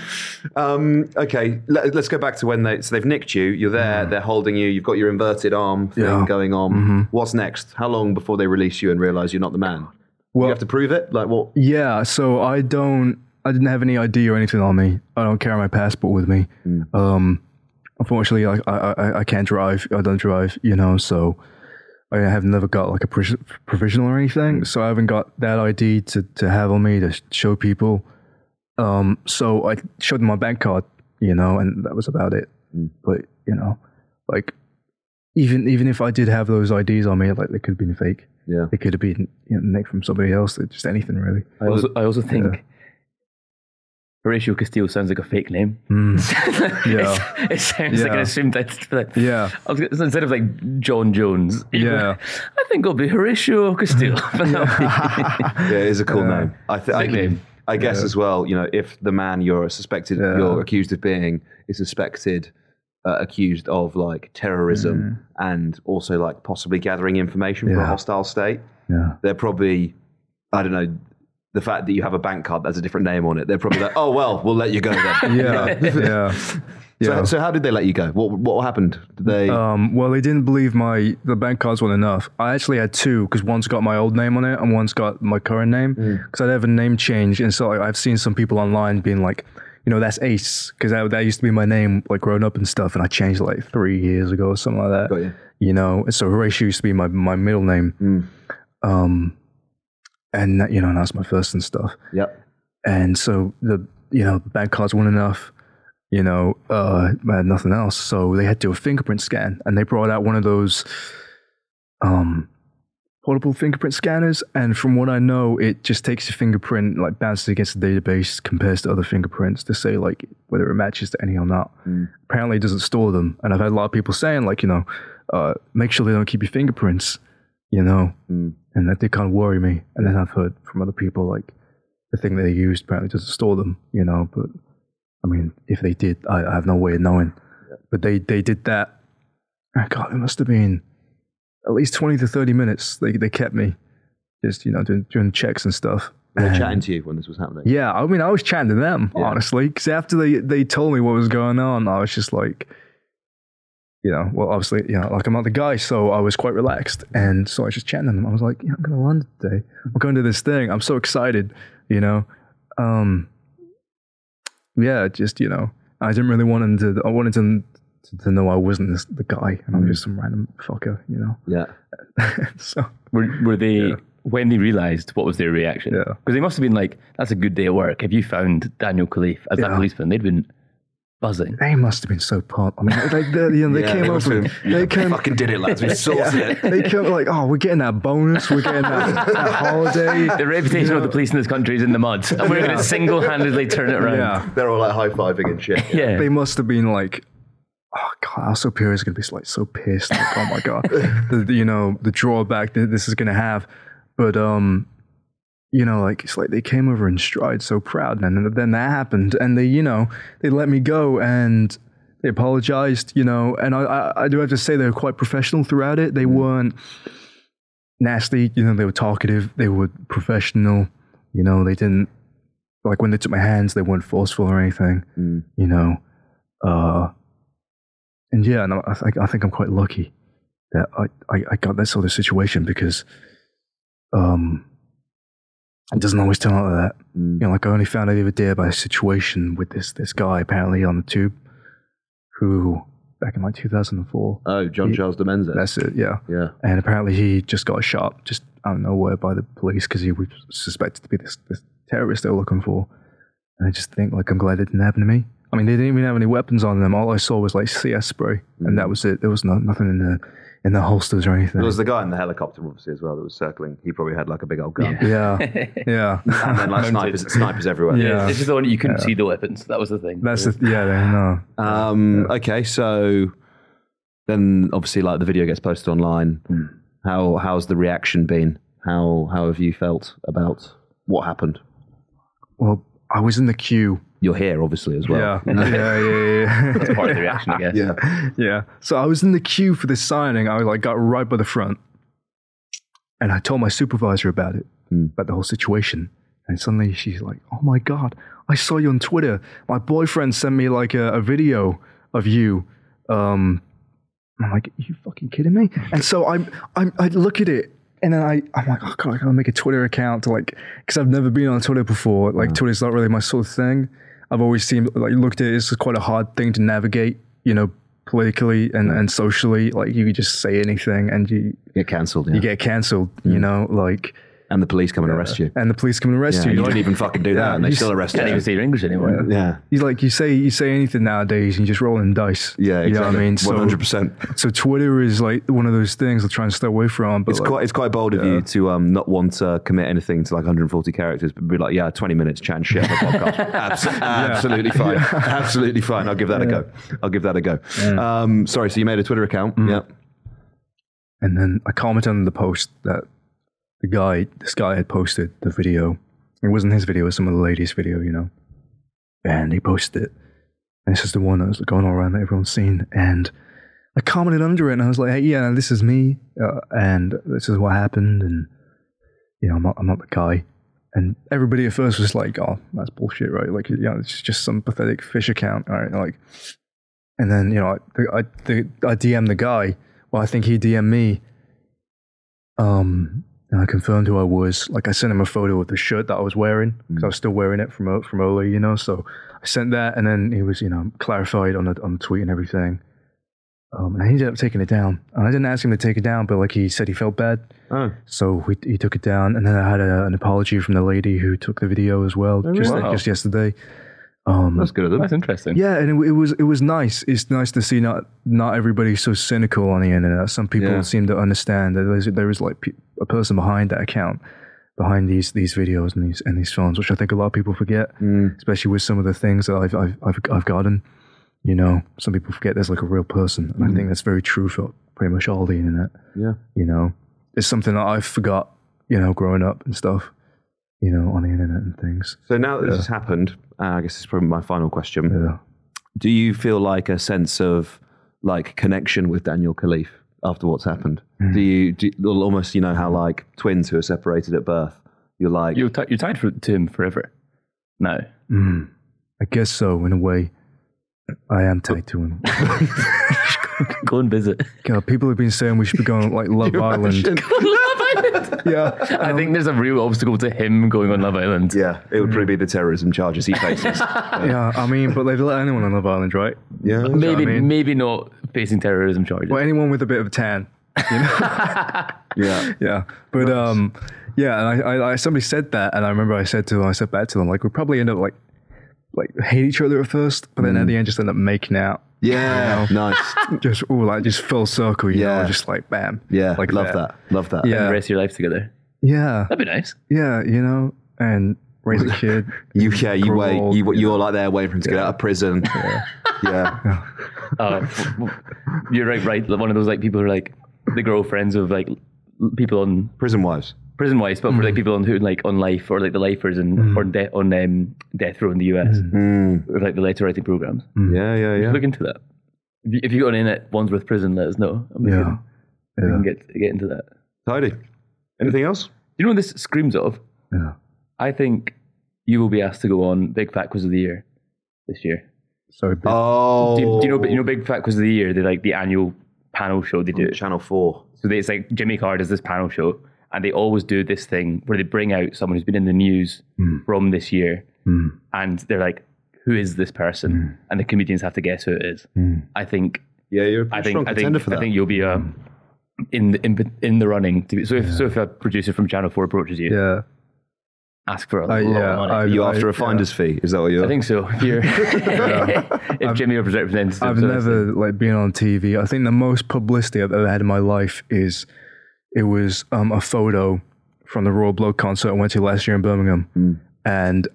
[SPEAKER 6] um, okay, let, us go back to when they so they've nicked you. You're there. They're holding you. You've got your inverted arm thing
[SPEAKER 4] Yeah.
[SPEAKER 6] going on. What's next? How long before they release you and realize you're not the man?
[SPEAKER 4] Well-
[SPEAKER 6] you have to prove it. Like what?
[SPEAKER 4] yeah. So I don't. I didn't have any ID or anything on me. I don't carry my passport with me. Um, unfortunately, like I, I, I can't drive. I don't drive. You know, so I have never got like a pr- provisional or anything. So I haven't got that ID to to have on me to sh- show people. Um, so I showed them my bank card. You know, and that was about it. But you know, like even even if I did have those IDs on me, like they could have been fake.
[SPEAKER 6] Yeah.
[SPEAKER 4] It could have been you know, nicked from somebody else, just anything really.
[SPEAKER 7] I also, I also think Horatio Castillo sounds like a fake name.
[SPEAKER 4] Hmm.
[SPEAKER 7] [LAUGHS]
[SPEAKER 4] Yeah.
[SPEAKER 7] It sounds like an
[SPEAKER 4] Yeah.
[SPEAKER 7] assumed identity. Like,
[SPEAKER 4] Yeah.
[SPEAKER 7] I was gonna- so instead of like John Jones,
[SPEAKER 4] [LAUGHS]
[SPEAKER 7] you
[SPEAKER 4] Yeah.
[SPEAKER 7] were- [LAUGHS] I think it'll be Horatio
[SPEAKER 4] [LAUGHS]
[SPEAKER 7] Castillo. But that'll be-
[SPEAKER 6] Yeah, it is a cool name. I, th- I,
[SPEAKER 7] Sick name.
[SPEAKER 6] I guess as well, you know, if the man you're suspected,
[SPEAKER 4] Yeah.
[SPEAKER 6] you're accused of being, is suspected, uh, accused of like terrorism and also like possibly gathering information for a
[SPEAKER 4] Mm. Yeah.
[SPEAKER 6] hostile state,
[SPEAKER 4] Yeah.
[SPEAKER 6] they're probably, I don't know, the fact that you have a bank card that has a different name on it, they're probably like, oh well, we'll let you go then.
[SPEAKER 4] [LAUGHS]
[SPEAKER 6] [LAUGHS]
[SPEAKER 4] Yeah. Yeah.
[SPEAKER 6] So,
[SPEAKER 4] Yeah.
[SPEAKER 6] so how did they let you go? What what happened? Did they?
[SPEAKER 4] Um, well, they didn't believe my the bank cards weren't enough. I actually had two because one's got my old name on it and one's got my current name because I'd have a name change. And so like, I've seen some people online being like, you know, that's Ace because that, that used to be my name like growing up and stuff. And I changed it like three years ago or something like that.
[SPEAKER 6] Got you.
[SPEAKER 4] know, so Horatio used to be my, my middle name. Um, and that, you know, and that's my first and stuff
[SPEAKER 6] yep.
[SPEAKER 4] and so the you know bank cards weren't enough you know uh had nothing else so they had to do a fingerprint scan and they brought out one of those um portable fingerprint scanners and from what i know it just takes your fingerprint like bounces against the database compares to other fingerprints to say like whether it matches to any or not apparently it doesn't store them and i've had a lot of people saying like you know uh, make sure they don't keep your fingerprints you know
[SPEAKER 6] Hmm.
[SPEAKER 4] and that they kind of worry me and then i've heard from other people like the thing that they used apparently doesn't store them, you know. But I mean, if they did, I, I have no way of knowing. But they they did that. Oh, God, it must have been at least twenty to thirty minutes. They they kept me just you know doing, doing checks and stuff.
[SPEAKER 6] Were they
[SPEAKER 4] And-
[SPEAKER 6] chatting to you when this was happening?
[SPEAKER 4] yeah, I mean, I was chatting to them honestly because after they they told me what was going on, I was just like, you know, well, obviously, you know, like I'm not the guy, so I was quite relaxed, and so I was just chatting to them. I was like, yeah, I'm going to London today. I'm going to this thing. I'm so excited, you know. Um, yeah, just you know, I didn't really want them to. I wanted them to, to know I wasn't this, the guy, and
[SPEAKER 6] Mm.
[SPEAKER 4] I'm just some random fucker, you know. [LAUGHS]
[SPEAKER 6] Yeah.
[SPEAKER 4] so
[SPEAKER 7] [LAUGHS] were, were they when they realised what was their reaction?
[SPEAKER 4] Yeah.
[SPEAKER 7] Because they must have been like, "That's a good day at work." If you found Daniel Khalif as that
[SPEAKER 4] Yeah.
[SPEAKER 7] policeman, they'd been
[SPEAKER 4] [LAUGHS]
[SPEAKER 7] buzzing.
[SPEAKER 4] they must have been so pumped. I mean, they, they, you know, they
[SPEAKER 6] Yeah,
[SPEAKER 4] came
[SPEAKER 6] they must
[SPEAKER 4] over.
[SPEAKER 6] have-
[SPEAKER 4] They came.
[SPEAKER 6] Fucking did
[SPEAKER 4] [LAUGHS]
[SPEAKER 6] it, lads. We sorted it.
[SPEAKER 4] they come like, oh, we're getting that bonus, we're getting that, that holiday.
[SPEAKER 7] The reputation of the police in this country is in the mud, and we're going to single-handedly turn it around.
[SPEAKER 4] Yeah,
[SPEAKER 6] They're all like high fiving and shit.
[SPEAKER 7] Yeah.
[SPEAKER 4] they must have been like, oh god, our superior is gonna be like so pissed. Like, oh my god, the, the, you know the drawback that this is gonna have. But um, you know, like it's like they came over in stride, so proud, and then, then that happened, and they, you know, they let me go and. They apologized, you know, and I, I, I do have to say they were quite professional throughout it. They weren't nasty, you know, they were talkative, they were professional, you know, they didn't, like when they took my hands, they weren't forceful or anything, you know. Uh, and yeah, and I, I think- I think I'm quite lucky that I, I, I got that sort of situation because um, it doesn't always turn out like that. You know, like I only found out the other day about a situation with this, this guy apparently on the tube who, back in like 2004,
[SPEAKER 6] Oh, John Charles de Menzies.
[SPEAKER 4] that's it, yeah.
[SPEAKER 6] yeah.
[SPEAKER 4] And apparently he just got shot just out of nowhere by the police because he was suspected to be this, this terrorist they were looking for. And I just think, like, I'm glad it didn't happen to me. I mean, they didn't even have any weapons on them. All I saw was like CS spray, and that was it. There was no, nothing in the in the holsters or anything.
[SPEAKER 6] There Mm. was the guy in the helicopter, obviously, as well, that was circling. He probably had like a big old gun.
[SPEAKER 4] [LAUGHS]
[SPEAKER 6] [LAUGHS]
[SPEAKER 4] yeah, yeah. [LAUGHS]
[SPEAKER 6] And then like snipers, snipers everywhere.
[SPEAKER 7] It's- It's just the one you couldn't see the weapons. That was the thing.
[SPEAKER 4] That's the yeah. They, no,
[SPEAKER 6] Um, okay, so then obviously, like the video gets posted online. How how's the reaction been? How how have you felt about what happened?
[SPEAKER 4] well, I was in the queue.
[SPEAKER 6] You're here, obviously, as well.
[SPEAKER 4] yeah,
[SPEAKER 7] [LAUGHS]
[SPEAKER 4] yeah, yeah.
[SPEAKER 6] [LAUGHS]
[SPEAKER 4] yeah.
[SPEAKER 7] part of the reaction, I guess.
[SPEAKER 4] Yeah. So I was in the queue for this signing. I like got right by the front, and I told my supervisor about it, about the whole situation. And suddenly she's like, "Oh my god, I saw you on Twitter. My boyfriend sent me like a, a video of you." Um, and I'm like, "Are you fucking kidding me?" And so I'm, I'm, I look at it. And then I, I'm like, oh god, I gotta make a Twitter account to like, because I've never been on Twitter before.
[SPEAKER 6] Mm.
[SPEAKER 4] Like, Twitter's not really my sort of thing. I've always seen like looked at it as quite a hard thing to navigate, you know, politically and,
[SPEAKER 6] Mm.
[SPEAKER 4] and socially. Like you could just say anything and you,
[SPEAKER 6] Get cancelled. Yeah.
[SPEAKER 4] you get cancelled, you know, like
[SPEAKER 6] and the police come and Mm. arrest you.
[SPEAKER 4] and the police come and arrest
[SPEAKER 6] Yeah,
[SPEAKER 4] you.
[SPEAKER 6] you
[SPEAKER 4] You're
[SPEAKER 6] don't
[SPEAKER 4] like-
[SPEAKER 6] even fucking do
[SPEAKER 4] [LAUGHS]
[SPEAKER 6] that,
[SPEAKER 4] Yeah,
[SPEAKER 6] and they
[SPEAKER 4] you
[SPEAKER 6] still
[SPEAKER 4] s-
[SPEAKER 6] arrest
[SPEAKER 7] Can't
[SPEAKER 6] you.
[SPEAKER 7] even see your English anymore.
[SPEAKER 6] Yeah,
[SPEAKER 4] [LAUGHS] He's like you say you say anything nowadays and you just rolling dice.
[SPEAKER 6] yeah, exactly.
[SPEAKER 4] You know what I mean? So-
[SPEAKER 6] One hundred percent.
[SPEAKER 4] So Twitter is like one of those things I'll try and stay away from. But
[SPEAKER 6] It's
[SPEAKER 4] like,
[SPEAKER 6] quite it's quite bold of you to um, not want to commit anything to like 140 characters, but be like, yeah, 20 minutes, chan shit on
[SPEAKER 4] [LAUGHS]
[SPEAKER 6] the podcast. Abs- Absolutely fine, absolutely fine. I'll give that a go. I'll give that a go.
[SPEAKER 4] Mm.
[SPEAKER 6] Um, sorry, so you made a Twitter account? Yeah.
[SPEAKER 4] And then I commented on the post that the guy, this guy had posted the video. It wasn't his video, it was some of the lady's video, you know. And he posted it. And this is the one that was going all around that everyone's seen. And I commented under it and I was like, hey, yeah, this is me. Uh, and this is what happened. And, you know, I'm not, I'm not the guy. And everybody at first was like, oh, that's bullshit, right? Like, you know, it's just some pathetic fish account, all right? Like, and then, you know, I, I, I DM the guy. Well, I think he DM'd me. Um, and I confirmed who I was. Like, I sent him a photo of the shirt that I was wearing because I was still wearing it from O- from Ole, you know. So I sent that, and then he was, you know, clarified on the on the tweet and everything. Um, and he ended up taking it down. And I didn't ask him to take it down, but like he said, he felt bad,
[SPEAKER 6] Oh.
[SPEAKER 4] so we, he took it down. And then I had a, an apology from the lady who took the video as well, just
[SPEAKER 7] really?
[SPEAKER 4] just yesterday. Um,
[SPEAKER 6] That's good of them.
[SPEAKER 7] [LAUGHS] That's interesting.
[SPEAKER 4] yeah, and it, it was it was nice. It's nice to see not not everybody's so cynical on the internet. Some people
[SPEAKER 6] Yeah.
[SPEAKER 4] seem to understand that there's, there is like pe- a person behind that account, behind these these videos and these and these films, which I think a lot of people forget,
[SPEAKER 6] Mm.
[SPEAKER 4] especially with some of the things that I've I've I've, I've gotten. You know, some people forget there's like a real person, and I think that's very true for pretty much all the internet.
[SPEAKER 6] Mm. Yeah.
[SPEAKER 4] You know, it's something that I forgot. You know, growing up and stuff. You know, on the internet and things.
[SPEAKER 6] So now that this has happened, uh, I guess it's probably my final question.
[SPEAKER 4] Yeah.
[SPEAKER 6] Do you feel like a sense of like connection with Daniel Khalif after what's happened?
[SPEAKER 4] Mm.
[SPEAKER 6] Do you do, you- almost, you know, how like twins who are separated at birth, you're like,
[SPEAKER 7] You're, ti- you're tied for, to him forever. No.
[SPEAKER 4] Mm, I guess so, in a way. I am tied to him.
[SPEAKER 7] Go
[SPEAKER 4] [LAUGHS]
[SPEAKER 7] and visit.
[SPEAKER 4] God, people have been saying we should be going
[SPEAKER 6] [LAUGHS]
[SPEAKER 4] on, like Love Island. [LAUGHS]
[SPEAKER 7] [LAUGHS]
[SPEAKER 4] Yeah.
[SPEAKER 7] I think there's a real obstacle to him going on Love Island.
[SPEAKER 6] yeah, it would probably be the terrorism charges he
[SPEAKER 4] [LAUGHS]
[SPEAKER 6] faces.
[SPEAKER 4] Yeah, I mean, but they've let anyone on Love Island, right?
[SPEAKER 6] yeah.
[SPEAKER 7] Maybe,
[SPEAKER 4] I mean-
[SPEAKER 7] maybe not facing terrorism charges.
[SPEAKER 4] Well, anyone with a bit of a tan.
[SPEAKER 6] Yeah.
[SPEAKER 4] Yeah. But um yeah, and I, I, I somebody said that and I remember I said to them, I said back to them, like we probably end up like like hate each other at first, but
[SPEAKER 6] Mm.
[SPEAKER 4] then at the end just end up making out.
[SPEAKER 6] Yeah. [LAUGHS] nice.
[SPEAKER 4] Just all like just full circle, you
[SPEAKER 6] Yeah.
[SPEAKER 4] know, just like bam.
[SPEAKER 6] Yeah.
[SPEAKER 4] Like
[SPEAKER 6] love that. Love that.
[SPEAKER 7] The
[SPEAKER 4] Yeah.
[SPEAKER 7] rest of your life together.
[SPEAKER 4] Yeah.
[SPEAKER 7] That'd be nice.
[SPEAKER 4] Yeah, you know, and raise a
[SPEAKER 6] [LAUGHS]
[SPEAKER 4] kid.
[SPEAKER 6] You yeah, you
[SPEAKER 4] Grow
[SPEAKER 6] wait.
[SPEAKER 4] old,
[SPEAKER 6] you
[SPEAKER 4] you
[SPEAKER 6] you're like there waiting for him to get out of prison. [LAUGHS] Yeah.
[SPEAKER 7] Uh, w- w- you're right, right. One of those like people who are like the girlfriends of like l- people on
[SPEAKER 6] Prison wives.
[SPEAKER 7] prison wives, but
[SPEAKER 4] Mm.
[SPEAKER 7] for like people on who like on life or like the lifers and or de- on um, death row in the US,
[SPEAKER 4] Mm.
[SPEAKER 7] or like the letter writing programs.
[SPEAKER 6] Yeah, yeah, yeah.
[SPEAKER 7] Look into that. If you- If you got in at Wandsworth Prison, let us know. and we
[SPEAKER 4] Yeah.
[SPEAKER 7] can, we can get get into that.
[SPEAKER 6] Tidy. Anything else?
[SPEAKER 7] You know what this screams of?
[SPEAKER 4] Yeah.
[SPEAKER 7] I think you will be asked to go on Big Fat Quiz of the Year this year.
[SPEAKER 4] Sorry, but
[SPEAKER 6] Oh,
[SPEAKER 7] Do you, do you know? You know, Big Fat Quiz of the Year. They like the annual panel show they do.
[SPEAKER 6] Channel Four.
[SPEAKER 7] So they, it's like Jimmy Carr does this panel show, and they always do this thing where they bring out someone who's been in the news from this year, and they're like, "Who is this person?" And the comedians have to guess who it is. I think,
[SPEAKER 6] Yeah, you're a
[SPEAKER 7] I
[SPEAKER 6] strong
[SPEAKER 7] think, I
[SPEAKER 6] contender
[SPEAKER 7] think,
[SPEAKER 6] for that.
[SPEAKER 7] I think you'll be uh, in the in, in the running. To be, so if so if a producer from Channel Four approaches you,
[SPEAKER 4] yeah.
[SPEAKER 7] ask for a
[SPEAKER 4] I,
[SPEAKER 7] lot
[SPEAKER 4] yeah,
[SPEAKER 7] of money.
[SPEAKER 4] I,
[SPEAKER 6] [LAUGHS]
[SPEAKER 7] I,
[SPEAKER 6] you
[SPEAKER 4] I-
[SPEAKER 6] after a finder's fee? Is that what you're?
[SPEAKER 7] uh, think so. If, you're, [LAUGHS] if Jimmy represents,
[SPEAKER 4] I've never like been on TV. I think the most publicity I've ever had in my life is it was um, a photo from the Royal Blood concert I went to last year in Birmingham, and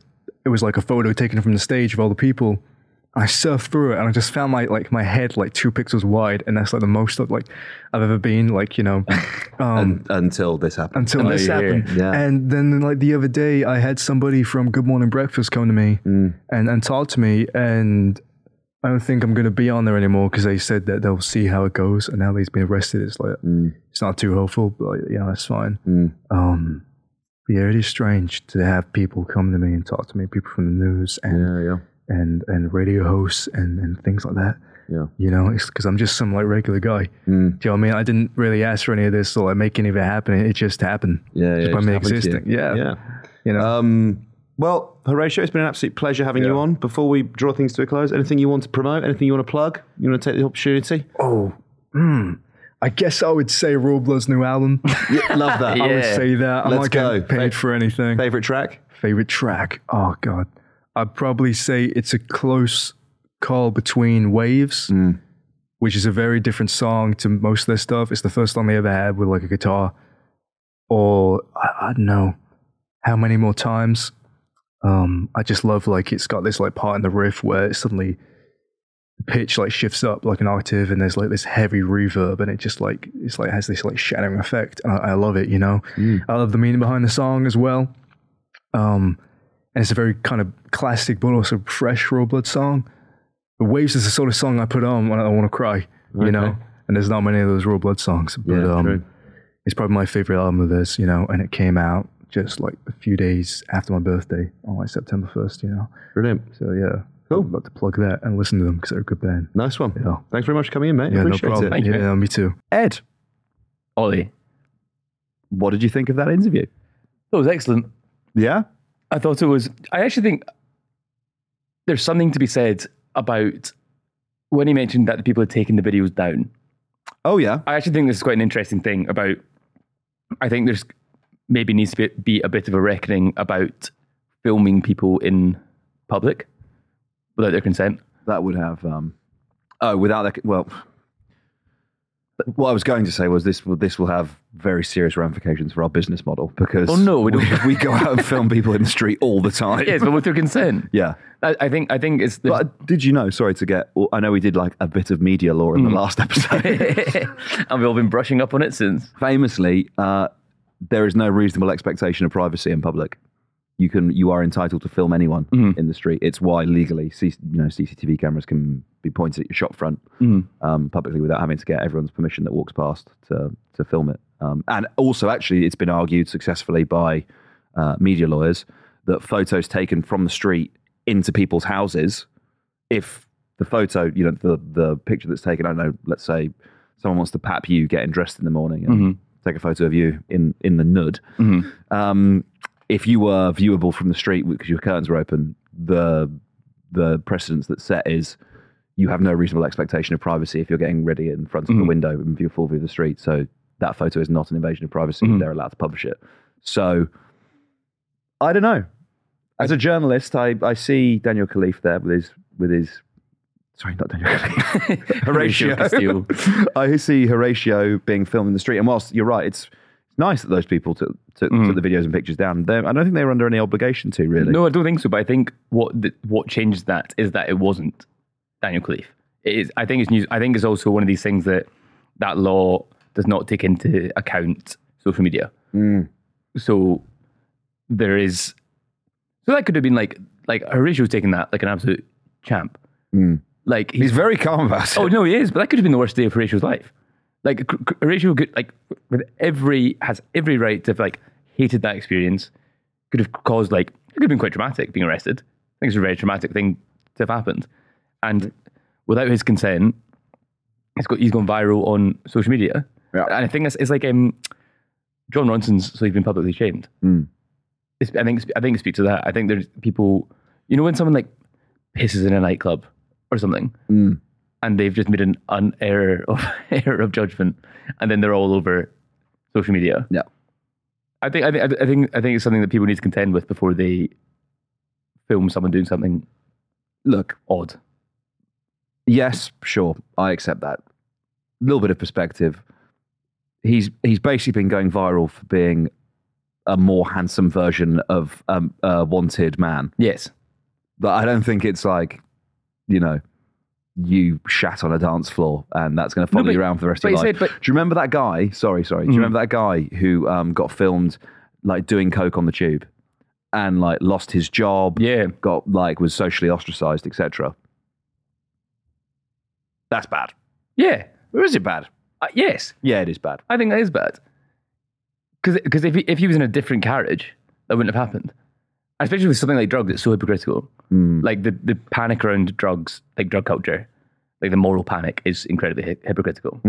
[SPEAKER 4] it was like a photo taken from the stage of all the people. I surfed through it and I just found my like my head like two pixels wide, and that's like the most of, like I've ever been like you know [LAUGHS] um,
[SPEAKER 6] until this happened.
[SPEAKER 4] until
[SPEAKER 7] Until
[SPEAKER 4] this
[SPEAKER 7] you're here.
[SPEAKER 4] happened.
[SPEAKER 6] Yeah.
[SPEAKER 4] And then like the other day, I had somebody from Good Morning Breakfast come to me and, and talk to me, and I don't think I'm going to be on there anymore because they said that they'll see how it goes, and now that he's been arrested, it's like it's not too hopeful, but like, yeah, that's fine. Um, but yeah, it is strange to have people come to me and talk to me, people from the news and
[SPEAKER 6] yeah, yeah,
[SPEAKER 4] and and radio hosts and and things like that.
[SPEAKER 6] Yeah. Mm.
[SPEAKER 4] You know, it's because I'm just some like regular guy. Do you know what I mean? I didn't really ask for any of this or like make any of it happen. It just happened.
[SPEAKER 6] yeah. yeah
[SPEAKER 4] Just
[SPEAKER 6] it
[SPEAKER 4] by me
[SPEAKER 6] happened to you.
[SPEAKER 4] existing. Yeah.
[SPEAKER 6] yeah.
[SPEAKER 4] You know.
[SPEAKER 6] Um, well, Horatio, it's been an absolute pleasure having you on. Before we draw [LAUGHS] things to a close, anything you want to promote? Anything you want to plug? You want to take the opportunity?
[SPEAKER 4] oh. Mm. I guess I would say Raw Blood's new
[SPEAKER 6] [LAUGHS]
[SPEAKER 4] album.
[SPEAKER 6] Love that.
[SPEAKER 4] I would
[SPEAKER 7] Yeah.
[SPEAKER 4] say that. I'm
[SPEAKER 6] Let's
[SPEAKER 4] not getting
[SPEAKER 6] go.
[SPEAKER 4] paid
[SPEAKER 6] Fa-
[SPEAKER 4] for anything.
[SPEAKER 6] Favorite track?
[SPEAKER 4] Favorite track? Oh god, I'd probably say it's a close call between Waves, which is a very different song to most of their stuff. It's the first song they ever had with like a guitar, or I, I don't know how many more times. Um, I just love like it's got this like part in the riff where it suddenly the pitch like shifts up like an octave, and there's like this heavy reverb, and it just like it's like has this like shattering effect. And I, I love it, you know. I love the meaning behind the song as well. Um, and it's a very kind of classic but also fresh Raw Blood song. The Waves is the sort of song I put on when I want to cry, you know. And there's not many of those Raw Blood songs, but
[SPEAKER 6] Yeah,
[SPEAKER 4] um,
[SPEAKER 6] true.
[SPEAKER 4] it's probably my favorite album of this, you know. And it came out just like a few days after my birthday on like September 1st, you know.
[SPEAKER 6] Brilliant.
[SPEAKER 4] So yeah,
[SPEAKER 6] Cool.
[SPEAKER 4] I'd love to plug that and listen to them because they're a good band.
[SPEAKER 6] Nice one.
[SPEAKER 4] Yeah.
[SPEAKER 6] Thanks very much for coming in, mate.
[SPEAKER 4] Yeah, no
[SPEAKER 6] Appreciate
[SPEAKER 4] problem.
[SPEAKER 6] it.
[SPEAKER 7] Thank you.
[SPEAKER 4] Yeah, me too.
[SPEAKER 6] Ed,
[SPEAKER 7] Ollie,
[SPEAKER 6] what did you think of that interview?
[SPEAKER 7] that was excellent.
[SPEAKER 6] Yeah?
[SPEAKER 7] I thought it was. I actually think there's something to be said about when he mentioned that the people had taken the videos down.
[SPEAKER 6] Oh, yeah.
[SPEAKER 7] I actually think this is quite an interesting thing about. I think there's maybe needs to be, be a bit of a reckoning about filming people in public without
[SPEAKER 6] [LAUGHS]
[SPEAKER 7] their consent.
[SPEAKER 6] That would have. Um, oh, without that. Well, what I was going to say was this will this will have very serious ramifications for our business model because.
[SPEAKER 7] Oh, no, we don't-
[SPEAKER 6] [LAUGHS] We, go out and film people in the street all the time.
[SPEAKER 7] Yes, but with their consent.
[SPEAKER 6] [LAUGHS] Yeah.
[SPEAKER 7] I, I think. I think it's. there's-
[SPEAKER 6] But did you know? Sorry to get. well, I know we did like a bit of media law in the last [LAUGHS] episode.
[SPEAKER 7] [LAUGHS] and we've all been brushing up on
[SPEAKER 6] [LAUGHS]
[SPEAKER 7] it since.
[SPEAKER 6] Famously, uh, there is no reasonable expectation of privacy in public. You can. You are entitled to film anyone in the street. It's why legally, C, you know, CCTV cameras can be pointed at your shop front um, publicly without having to get everyone's permission that walks past to to film it. Um, and also, actually, it's been argued successfully by uh, media lawyers that photos taken from the street into people's houses, if the photo, you know, the the picture that's taken, I don't know, let's say someone wants to pap you getting dressed in the morning and take a photo of you in in the nud. Um, if you were viewable from the street because your curtains were open, the the precedence that's set is you have no reasonable expectation of privacy if you're getting ready in front of the window in view full view of the street. So that photo is not an invasion of privacy. They're allowed to publish it. So I don't know. As a journalist, I, I see Daniel Khalif there with his with his sorry, not Daniel Khalif.
[SPEAKER 7] [LAUGHS] Horatio Castillo.
[SPEAKER 6] [LAUGHS] I see Horatio being filmed in the street. And whilst you're right, it's it's nice that those people took, took, took the videos and pictures down. They're, I don't think they were under any obligation to really.
[SPEAKER 7] Mm. No, I don't think so. But I think what th- what changed that is that it wasn't Daniel Cleef. It is. I think it's news. I think it's also one of these things that that law does not take into account social media. So there is. So that could have been like like Horatio's taking that like an absolute champ. Like
[SPEAKER 6] He's very calm about it.
[SPEAKER 7] Oh no, he is. But that could have been the worst day of Horatio's life. Like C- C- Horatio, could, like with every has every right to have like hated that experience. Could have caused like it could have been quite dramatic being arrested. I think it's a very traumatic thing to have happened, and without his consent, he's got he's gone viral on social media.
[SPEAKER 6] Yeah.
[SPEAKER 7] And I think it's, it's like um, John Ronson's. So he's been publicly shamed.
[SPEAKER 6] Hmm.
[SPEAKER 7] It's, I think it's- I think it speaks to that. I think there's people, you know, when someone like pisses in a nightclub or something, and they've just made an, an error of [LAUGHS] error of judgment, and then they're all over social media.
[SPEAKER 6] Yeah.
[SPEAKER 7] I think I think I think I think it's something that people need to contend with before they film someone doing something
[SPEAKER 6] Look,
[SPEAKER 7] odd.
[SPEAKER 6] yes, sure, I accept that. A little bit of perspective. He's he's basically been going viral for being a more handsome version of um, a wanted man.
[SPEAKER 7] Yes.
[SPEAKER 6] But I don't think it's like, you know, you shat on a dance floor and that's going to follow
[SPEAKER 7] but-
[SPEAKER 6] you around for the rest of
[SPEAKER 7] but
[SPEAKER 6] your
[SPEAKER 7] he
[SPEAKER 6] life.
[SPEAKER 7] said- but-
[SPEAKER 6] Do
[SPEAKER 7] Mm.
[SPEAKER 6] you remember that guy? Sorry, sorry. Do you remember that guy who um, got filmed like doing coke on the tube and like lost his job?
[SPEAKER 7] Yeah.
[SPEAKER 6] got like was socially ostracized, etc. That's bad.
[SPEAKER 7] Yeah.
[SPEAKER 6] Or is it bad?
[SPEAKER 7] Uh, yes.
[SPEAKER 6] Yeah, it is bad.
[SPEAKER 7] I think that is bad. Because if he, if he was in a different carriage, that wouldn't have happened. Especially with something like drugs, it's so hypocritical.
[SPEAKER 6] Hmm.
[SPEAKER 7] Like the, the panic around drugs, like drug culture, like the moral panic is incredibly hy- hypocritical.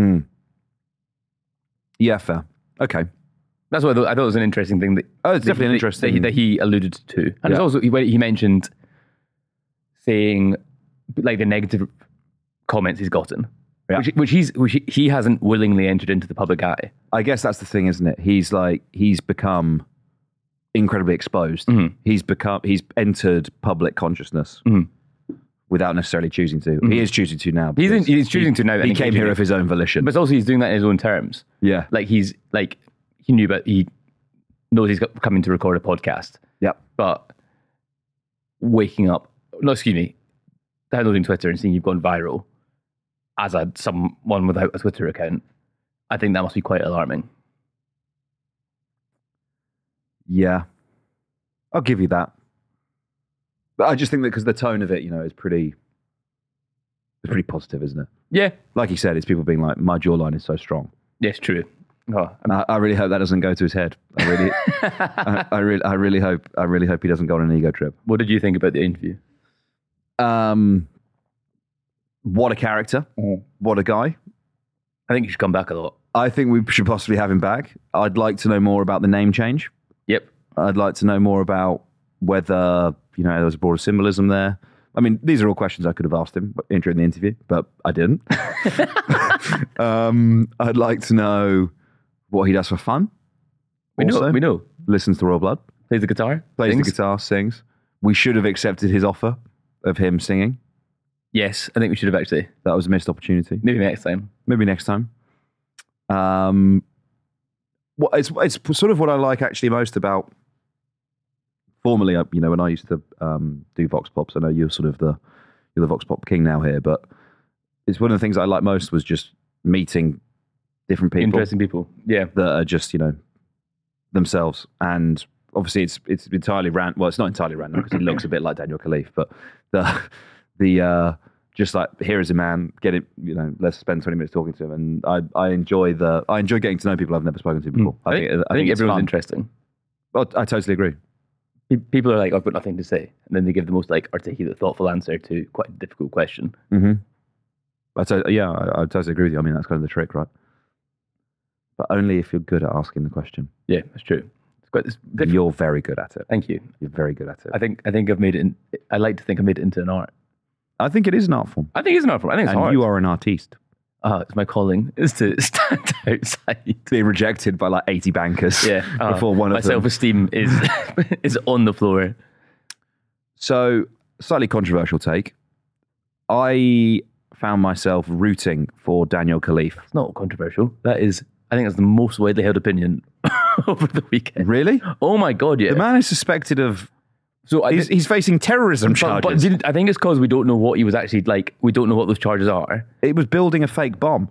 [SPEAKER 6] Yeah, fair. Okay.
[SPEAKER 7] That's what I thought, I thought was an interesting thing that
[SPEAKER 6] Oh, it's
[SPEAKER 7] that
[SPEAKER 6] definitely
[SPEAKER 7] he-
[SPEAKER 6] an
[SPEAKER 7] that-
[SPEAKER 6] interesting-
[SPEAKER 7] that he, that he alluded to, and
[SPEAKER 6] Yeah.
[SPEAKER 7] it's also he, he mentioned saying like the negative comments he's gotten
[SPEAKER 6] Yeah.
[SPEAKER 7] which, which he's which he- he hasn't willingly entered into the public eye.
[SPEAKER 6] I guess that's the thing, isn't it? He's like he's become incredibly exposed.
[SPEAKER 7] Mm-hmm.
[SPEAKER 6] He's become he's entered public consciousness
[SPEAKER 7] Mm-hmm.
[SPEAKER 6] without necessarily choosing to. He is choosing to now.
[SPEAKER 7] He's in,
[SPEAKER 6] because
[SPEAKER 7] he's choosing to know that
[SPEAKER 6] he came here of his own volition.
[SPEAKER 7] but also he's doing that in his own terms.
[SPEAKER 6] yeah,
[SPEAKER 7] Like he's like he knew, but he knows he's got, coming to record a podcast.
[SPEAKER 6] yep.
[SPEAKER 7] but waking up, no, excuse me, downloading Twitter and seeing you've gone viral as a someone without a Twitter account, I think that must be quite alarming.
[SPEAKER 6] Yeah. I'll give you that. But I just think that because the tone of it, you know, is pretty it's pretty positive, isn't it?
[SPEAKER 7] Yeah,
[SPEAKER 6] Like you said, it's people being like, My jawline is so strong.
[SPEAKER 7] yes, true. Oh,
[SPEAKER 6] And I, I really hope that doesn't go to his head. I really [LAUGHS] I, I really I really hope I really hope he doesn't go on an ego trip.
[SPEAKER 7] what did you think about the interview?
[SPEAKER 6] Um what a character.
[SPEAKER 7] Mm-hmm.
[SPEAKER 6] What a guy.
[SPEAKER 7] I think you should come back a lot.
[SPEAKER 6] I think we should possibly have him back. I'd like to know more about the name change.
[SPEAKER 7] Yep.
[SPEAKER 6] I'd like to know more about whether you know there was a broader symbolism there. I mean, these are all questions I could have asked him in- during the interview, but I didn't. um, I'd like to know what he does for fun.
[SPEAKER 7] We know.
[SPEAKER 6] Also-
[SPEAKER 7] We know.
[SPEAKER 6] Listens to Royal Blood,
[SPEAKER 7] Plays the guitar.
[SPEAKER 6] plays
[SPEAKER 7] sings.
[SPEAKER 6] the guitar, sings. We should have accepted his offer of him singing.
[SPEAKER 7] Yes, I think we should have actually.
[SPEAKER 6] That was a missed opportunity.
[SPEAKER 7] Maybe next time.
[SPEAKER 6] Maybe next time. Um, well, it's it's sort of what I like actually most about. Formerly, I- you know, when I used to um, do Vox Pops, I know you're sort of the you're the Vox Pop king now here, but it's one of the things I like most was just meeting different people
[SPEAKER 7] Interesting people. Yeah.
[SPEAKER 6] that are just you know themselves and obviously it's it's entirely ran well it's not entirely random because he looks a bit like daniel khalif but the [LAUGHS] the uh just like here is a man get it you know let's spend 20 minutes talking to him and i i enjoy the i enjoy getting to know people i've never spoken to before
[SPEAKER 7] Hmm. I think, I think,
[SPEAKER 6] it's
[SPEAKER 7] everyone's
[SPEAKER 6] fun.
[SPEAKER 7] interesting.
[SPEAKER 6] Well, i totally agree
[SPEAKER 7] Pe- People are like, I've got nothing to say. And then they give the most like articulate, thoughtful answer to quite a difficult question.
[SPEAKER 6] I to, yeah I, I totally agree with you i mean that's kind of the trick right but only if you're good at asking the question
[SPEAKER 7] Yeah, that's true. It's quite, it's diff-
[SPEAKER 6] you're very good at it
[SPEAKER 7] Thank you.
[SPEAKER 6] you're very good at it
[SPEAKER 7] I think I think I've made it. In, I like to think I made it into an art.
[SPEAKER 6] i think it is an art form
[SPEAKER 7] I think it's an art form. I think it's
[SPEAKER 6] and
[SPEAKER 7] hard.
[SPEAKER 6] you are an artiste
[SPEAKER 7] Uh, it's my calling [LAUGHS] is to stand outside.
[SPEAKER 6] being rejected by like 80 bankers [LAUGHS]
[SPEAKER 7] Yeah. uh,
[SPEAKER 6] before one
[SPEAKER 7] my
[SPEAKER 6] of them.
[SPEAKER 7] self-esteem is [LAUGHS] is on the floor.
[SPEAKER 6] So, slightly controversial take. I found myself rooting for Daniel Khalif.
[SPEAKER 7] It's not controversial. That is, I think that's the most widely held opinion [LAUGHS] over the weekend.
[SPEAKER 6] Really?
[SPEAKER 7] Oh my god! Yeah.
[SPEAKER 6] The man is suspected of.
[SPEAKER 7] so I
[SPEAKER 6] He's,
[SPEAKER 7] did,
[SPEAKER 6] he's facing terrorism
[SPEAKER 7] but,
[SPEAKER 6] charges.
[SPEAKER 7] but didn't, I think it's because we don't know what he was actually like. We don't know what those charges are.
[SPEAKER 6] it was building a fake bomb.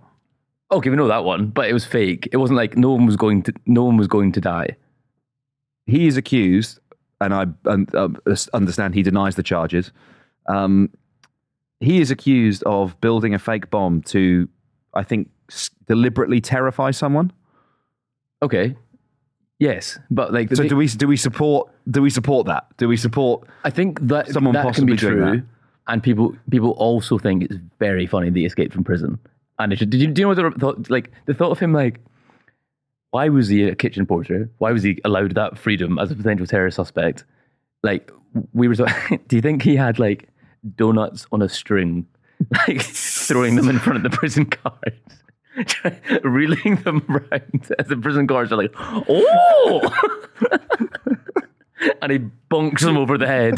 [SPEAKER 7] Okay, we know that one, but it was fake. It wasn't like no one was going to no one was going to die.
[SPEAKER 6] He is accused, and I and, um, understand he denies the charges. Um, he is accused of building a fake bomb to, I think, s- deliberately terrify someone.
[SPEAKER 7] Okay. Yes, but like
[SPEAKER 6] So
[SPEAKER 7] the-
[SPEAKER 6] do we do we support do we support that? Do we support
[SPEAKER 7] I think that
[SPEAKER 6] Someone
[SPEAKER 7] that can
[SPEAKER 6] possibly
[SPEAKER 7] be
[SPEAKER 6] doing
[SPEAKER 7] true,
[SPEAKER 6] that.
[SPEAKER 7] and people people also think it's very funny that he escaped from prison. And it should, did you do you know what the thought like the thought of him like why was he a kitchen porter? Why was he allowed that freedom as a potential terror suspect? Like we were so, [LAUGHS] do you think he had like donuts on a string, [LAUGHS] like throwing them in front of the prison guards? [LAUGHS] try- Reeling them [LAUGHS] around as the prison guards are like, oh, and he bonks them over
[SPEAKER 6] [LAUGHS]
[SPEAKER 7] the head.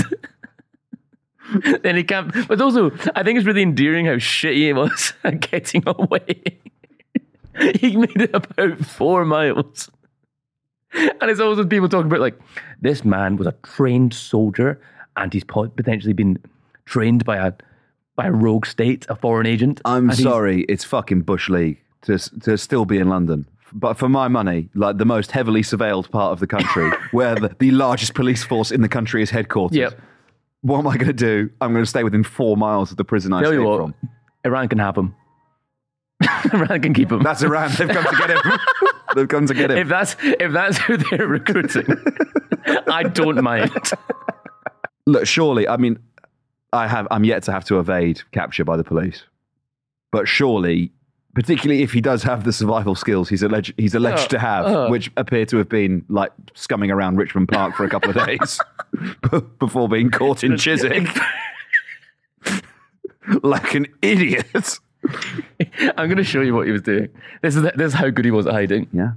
[SPEAKER 7] then he can't. But also, I think it's really endearing how shitty he was [LAUGHS] at getting away. [LAUGHS] he made it about four miles. And it's always with people talking about, like, this man was a trained soldier and he's po- potentially been trained by a by a rogue state, a foreign agent.
[SPEAKER 6] I'm
[SPEAKER 7] And he's-
[SPEAKER 6] sorry, it's fucking bush league to to still be in London. But for my money, like the most heavily surveilled part of the [LAUGHS] country, where the, the largest police force in the country is headquartered.
[SPEAKER 7] Yep.
[SPEAKER 6] What am I going to do? I'm going to stay within four miles of the prison I
[SPEAKER 7] Tell
[SPEAKER 6] stay
[SPEAKER 7] you what,
[SPEAKER 6] from.
[SPEAKER 7] Iran can have him. [LAUGHS] Iran can keep him.
[SPEAKER 6] That's
[SPEAKER 7] [LAUGHS]
[SPEAKER 6] Iran. They've come to get [LAUGHS] him. They've come to get him.
[SPEAKER 7] if that's if that's who they're recruiting,
[SPEAKER 6] [LAUGHS]
[SPEAKER 7] I don't mind.
[SPEAKER 6] Look, surely, I mean, I have. I'm yet to have to evade capture by the police, but surely. Particularly if he does have the survival skills he's alleged he's alleged to have, which appear to have been like scumming around Richmond Park for a couple of days [LAUGHS] b- before [LAUGHS] being caught in Chiswick, like an idiot.
[SPEAKER 7] I'm going to show you what he was doing. This is this is how good he was at hiding.
[SPEAKER 6] Yeah.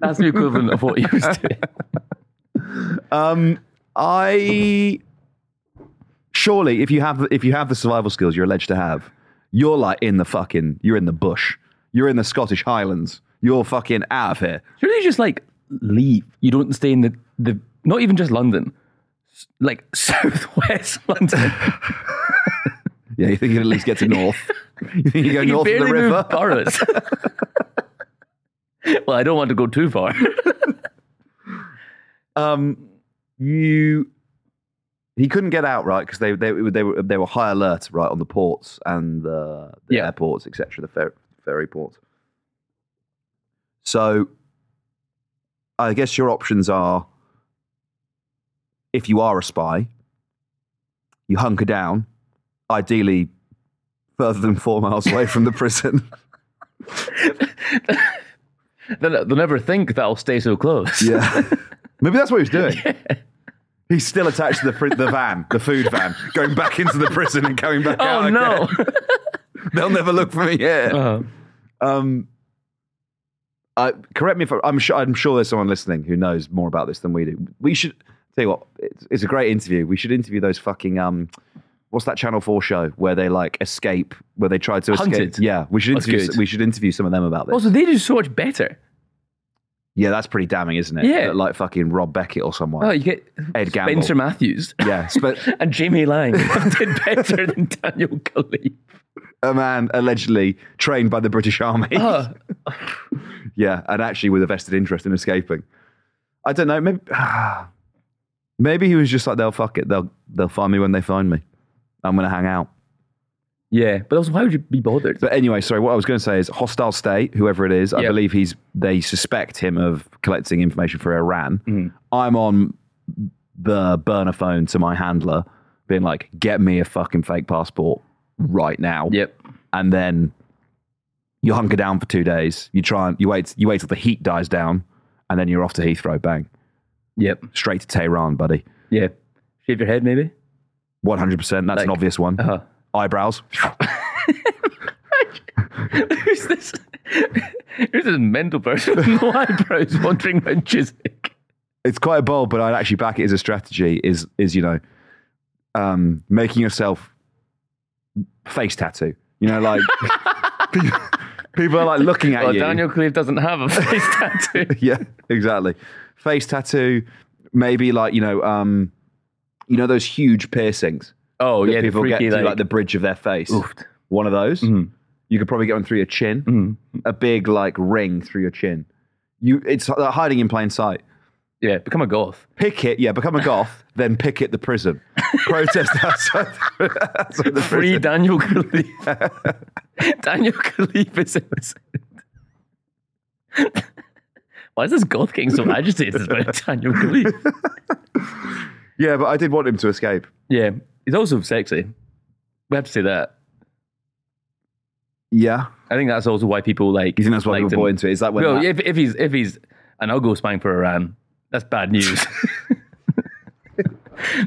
[SPEAKER 7] That's the equivalent of what he
[SPEAKER 6] [LAUGHS]
[SPEAKER 7] was doing.
[SPEAKER 6] Um, I surely if you have if you have the survival skills you're alleged to have, you're like in the fucking you're in the bush. You're in the Scottish Highlands. You're fucking out of here.
[SPEAKER 7] Should you just like leave? You don't stay in the the not even just London, s- like [LAUGHS] southwest London.
[SPEAKER 6] Yeah, you think you can at least
[SPEAKER 7] [LAUGHS]
[SPEAKER 6] get to north. you think you go
[SPEAKER 7] You
[SPEAKER 6] north of the
[SPEAKER 7] barely
[SPEAKER 6] river. [LAUGHS]
[SPEAKER 7] move boroughs. well, I don't want to go too far.
[SPEAKER 6] um, you he couldn't get out right because they they they were they were high alert right on the ports and the, the
[SPEAKER 7] Yeah.
[SPEAKER 6] airports etc. The fer- ferry ports. So, I guess your options are: if you are a spy, you hunker down, ideally further than four miles away from the prison.
[SPEAKER 7] they'll, they'll never think that I'll stay so close.
[SPEAKER 6] Yeah. Maybe that's what he was doing. He's still attached to the, pri- the van, the food van, going back into the prison and coming back out.
[SPEAKER 7] Oh no!
[SPEAKER 6] again. [LAUGHS] They'll never look for me here.
[SPEAKER 7] [LAUGHS] Uh,
[SPEAKER 6] Um, I, correct me if I, I'm sure. I'm sure there's someone listening who knows more about this than we do. We should tell you what. It's, it's a great interview. We should interview those fucking um, what's that Channel Four show where they like escape, where they try to escape?
[SPEAKER 7] Hunted.
[SPEAKER 6] Yeah, we should
[SPEAKER 7] That's
[SPEAKER 6] interview.
[SPEAKER 7] good.
[SPEAKER 6] We should interview some of them about this.
[SPEAKER 7] also, they do so much better.
[SPEAKER 6] yeah, that's pretty damning, isn't it?
[SPEAKER 7] Yeah.
[SPEAKER 6] That, like fucking Rob Beckett or someone.
[SPEAKER 7] Oh, you get
[SPEAKER 6] Ed Gamble.
[SPEAKER 7] Spencer Matthews
[SPEAKER 6] Yeah, but
[SPEAKER 7] [LAUGHS] and Jamie
[SPEAKER 6] [LAUGHS]
[SPEAKER 7] Lang did better than Daniel Cully.
[SPEAKER 6] a man allegedly trained by the British Army.
[SPEAKER 7] Oh,
[SPEAKER 6] [LAUGHS] Yeah, and actually with a vested interest in escaping. I don't know. Maybe, [SIGHS] maybe he was just like, "They'll fuck it. They'll they'll find me when they find me. I'm gonna hang out."
[SPEAKER 7] yeah, but also, why would you be bothered?
[SPEAKER 6] But anyway, sorry. What I was going to say is hostile state. Whoever it is, I
[SPEAKER 7] Yeah.
[SPEAKER 6] believe he's. They suspect him of collecting information for Iran.
[SPEAKER 7] Mm-hmm.
[SPEAKER 6] I'm on the burner phone to my handler, being like, "Get me a fucking fake passport right now."
[SPEAKER 7] Yep.
[SPEAKER 6] and then you hunker down for two days. You try and you wait. You wait till the heat dies down, and then you're off to Heathrow. Bang,
[SPEAKER 7] Yep.
[SPEAKER 6] straight to Tehran, buddy.
[SPEAKER 7] Yeah. Shave your head, maybe.
[SPEAKER 6] One hundred percent. That's an
[SPEAKER 7] Like,
[SPEAKER 6] obvious one.
[SPEAKER 7] uh-huh. [LAUGHS]
[SPEAKER 6] Eyebrows.
[SPEAKER 7] Who's this? Who's this mental person [LAUGHS] with no eyebrows wandering around Chiswick?
[SPEAKER 6] it's quite bold, but I'd actually back it as a strategy. Is is you know, um, making yourself face tattoo. You know,
[SPEAKER 7] [LAUGHS]
[SPEAKER 6] like [LAUGHS] people, people are like looking at
[SPEAKER 7] Well,
[SPEAKER 6] you.
[SPEAKER 7] Daniel Cleave doesn't have a face [LAUGHS] tattoo.
[SPEAKER 6] [LAUGHS] yeah, exactly. Face tattoo, maybe like you know, um, you know those huge piercings.
[SPEAKER 7] Oh,
[SPEAKER 6] that
[SPEAKER 7] yeah, the
[SPEAKER 6] people get
[SPEAKER 7] freaky,
[SPEAKER 6] through, like,
[SPEAKER 7] like- Mm-hmm.
[SPEAKER 6] the bridge of their face. One of those. You could probably get one through your chin. A big like ring through your chin. You, it's like hiding in plain sight.
[SPEAKER 7] Yeah, become a goth.
[SPEAKER 6] Pick it, yeah, become a goth, [LAUGHS] then picket the
[SPEAKER 7] [LAUGHS]
[SPEAKER 6] prison. Protest outside the, [LAUGHS] outside the
[SPEAKER 7] Free
[SPEAKER 6] prison.
[SPEAKER 7] Daniel Cleave.
[SPEAKER 6] [LAUGHS]
[SPEAKER 7] Daniel Cleave is innocent. Why is this goth king so agitated about Daniel Cleave?
[SPEAKER 6] Yeah, but I did want him to escape.
[SPEAKER 7] Yeah, he's also sexy. We have to say that.
[SPEAKER 6] Yeah.
[SPEAKER 7] I think that's also why people like.
[SPEAKER 6] You think that's why
[SPEAKER 7] liked
[SPEAKER 6] people
[SPEAKER 7] him.
[SPEAKER 6] bought into it? Is that when
[SPEAKER 7] Well,
[SPEAKER 6] that-
[SPEAKER 7] if, if he's if he's an I'll go spying for Iran, that's
[SPEAKER 6] [LAUGHS]
[SPEAKER 7] bad news.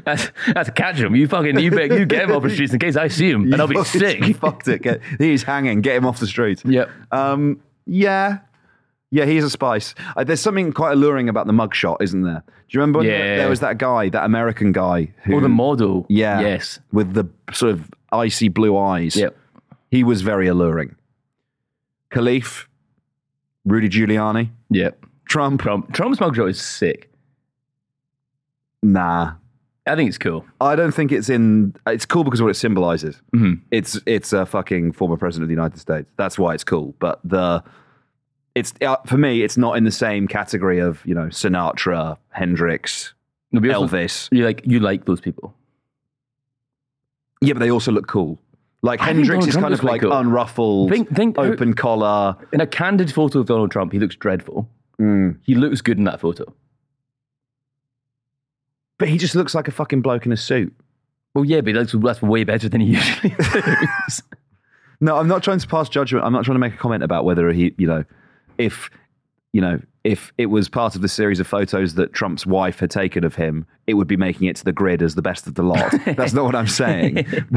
[SPEAKER 7] that's that's catch him. You fucking you bet you get him off the streets in case I see him, and I'll
[SPEAKER 6] [LAUGHS]
[SPEAKER 7] be
[SPEAKER 6] You
[SPEAKER 7] sick.
[SPEAKER 6] fucked- you fucked it. Get, he's hanging. Get him off the street.
[SPEAKER 7] Yep.
[SPEAKER 6] Um, yeah. Yeah, he's a spice. Uh, there's something quite alluring about the mugshot, isn't there? Do you remember when
[SPEAKER 7] Yeah.
[SPEAKER 6] there was that guy, that American guy? Who,
[SPEAKER 7] Or the model.
[SPEAKER 6] Yeah.
[SPEAKER 7] Yes.
[SPEAKER 6] With the sort of icy blue eyes.
[SPEAKER 7] Yep.
[SPEAKER 6] He was very alluring. Khalif, Rudy Giuliani,
[SPEAKER 7] Yep.
[SPEAKER 6] Trump.
[SPEAKER 7] Trump Trump's mugshot is sick.
[SPEAKER 6] Nah.
[SPEAKER 7] I think it's cool.
[SPEAKER 6] I don't think it's in. It's cool because of what it symbolizes.
[SPEAKER 7] Mm-hmm.
[SPEAKER 6] It's it's a fucking former president of the United States. That's why it's cool. But the it's uh, for me, it's not in the same category of you know Sinatra, Hendrix,
[SPEAKER 7] No, but you also-
[SPEAKER 6] Elvis.
[SPEAKER 7] You like you like those people.
[SPEAKER 6] Yeah, but they also look cool. Like
[SPEAKER 7] I think
[SPEAKER 6] Hendrix
[SPEAKER 7] Donald
[SPEAKER 6] is
[SPEAKER 7] Trump
[SPEAKER 6] kind of
[SPEAKER 7] looks
[SPEAKER 6] like
[SPEAKER 7] quite cool.
[SPEAKER 6] unruffled,
[SPEAKER 7] Think- think- uh,
[SPEAKER 6] open collar.
[SPEAKER 7] In a candid photo of Donald Trump, he looks dreadful.
[SPEAKER 6] Mm.
[SPEAKER 7] He looks good in that photo.
[SPEAKER 6] But he just looks like a fucking bloke in a suit.
[SPEAKER 7] Well, yeah, but he looks, that's way better than he [LAUGHS] usually
[SPEAKER 6] [LAUGHS]
[SPEAKER 7] is.
[SPEAKER 6] No, I'm not trying to pass judgment. I'm not trying to make a comment about whether he, you know, if you know, if it was part of the series of photos that Trump's wife had taken of him, it would be making it to the grid as the best of the lot. That's not what I'm saying. [LAUGHS]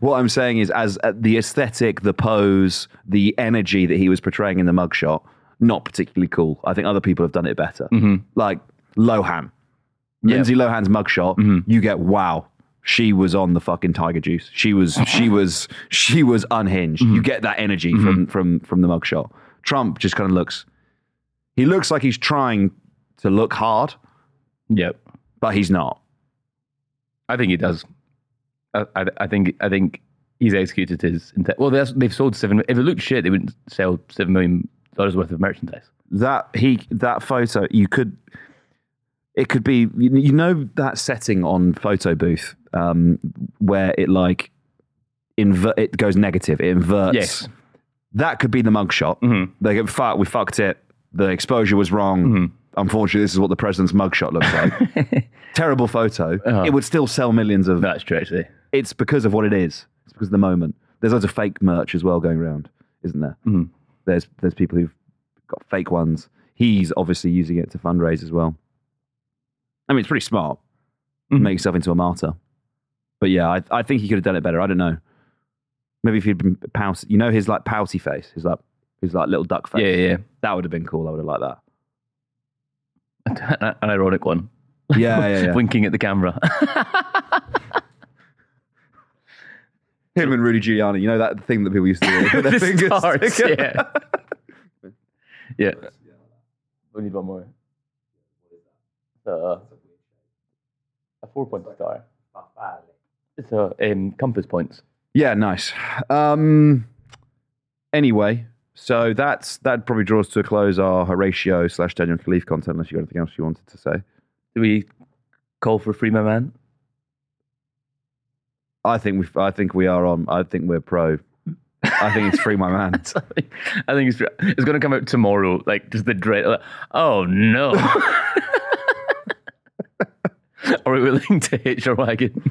[SPEAKER 6] what I'm saying is, as uh, the aesthetic, the pose, the energy that he was portraying in the mugshot, not particularly cool. I think other people have done it better. Like Lohan, Lindsay Lohan's mugshot, you get wow. She was on the fucking tiger juice. She was she was she was unhinged. You get that energy from from from the mugshot. Trump just kind of looks he looks like he's trying to look hard,
[SPEAKER 7] Yep.
[SPEAKER 6] but he's not.
[SPEAKER 7] I think he does. I, I, I think I think he's executed his intent. Well, that's, they've sold seven. If it looked shit, they wouldn't sell seven million dollars worth of merchandise.
[SPEAKER 6] That he that photo you could it could be you you know that setting on photo booth um, where it like invert it goes negative it inverts
[SPEAKER 7] Yes.
[SPEAKER 6] that could be the mugshot they go fuck we fucked it the exposure was wrong unfortunately this is what the president's mugshot looks like terrible photo it would still sell millions of
[SPEAKER 7] That's true, actually.
[SPEAKER 6] it's because of what it is. It's because of the moment. There's loads of fake merch as well going around, isn't there?
[SPEAKER 7] Mm-hmm.
[SPEAKER 6] Mm. There's there's people who've got fake ones. He's obviously using it to fundraise as well. I mean, it's pretty smart.
[SPEAKER 7] Mm-hmm.
[SPEAKER 6] Make yourself into a martyr. But yeah, I, I think he could have done it better. I don't know. Maybe if he'd been pout, you know, his like pouty face, his like his like little duck face.
[SPEAKER 7] Yeah, yeah, yeah.
[SPEAKER 6] That would have been cool. I would have liked that.
[SPEAKER 7] [LAUGHS] An ironic one,
[SPEAKER 6] Yeah, yeah,
[SPEAKER 7] [LAUGHS]
[SPEAKER 6] yeah.
[SPEAKER 7] winking at the camera.
[SPEAKER 6] Him and Rudy Giuliani. You know that thing that people used to do
[SPEAKER 7] [LAUGHS]
[SPEAKER 6] with their
[SPEAKER 7] The
[SPEAKER 6] fingers.
[SPEAKER 7] stars,
[SPEAKER 6] sticking-
[SPEAKER 7] yeah. yeah. We need one more. Uh, a four point star. So, um, compass points.
[SPEAKER 6] Yeah, nice. Um, anyway, so that's that probably draws to a close our Horatio slash Daniel Khalif content, unless you got anything else you wanted to say.
[SPEAKER 7] Do we call for free my man? [LAUGHS]
[SPEAKER 6] I think we I think we are on. I think we're pro. I think it's free, my
[SPEAKER 7] [LAUGHS]
[SPEAKER 6] man.
[SPEAKER 7] I think it's it's going to come out tomorrow. Like just the dread. like, oh [LAUGHS] no! Are we willing to hitch our wagon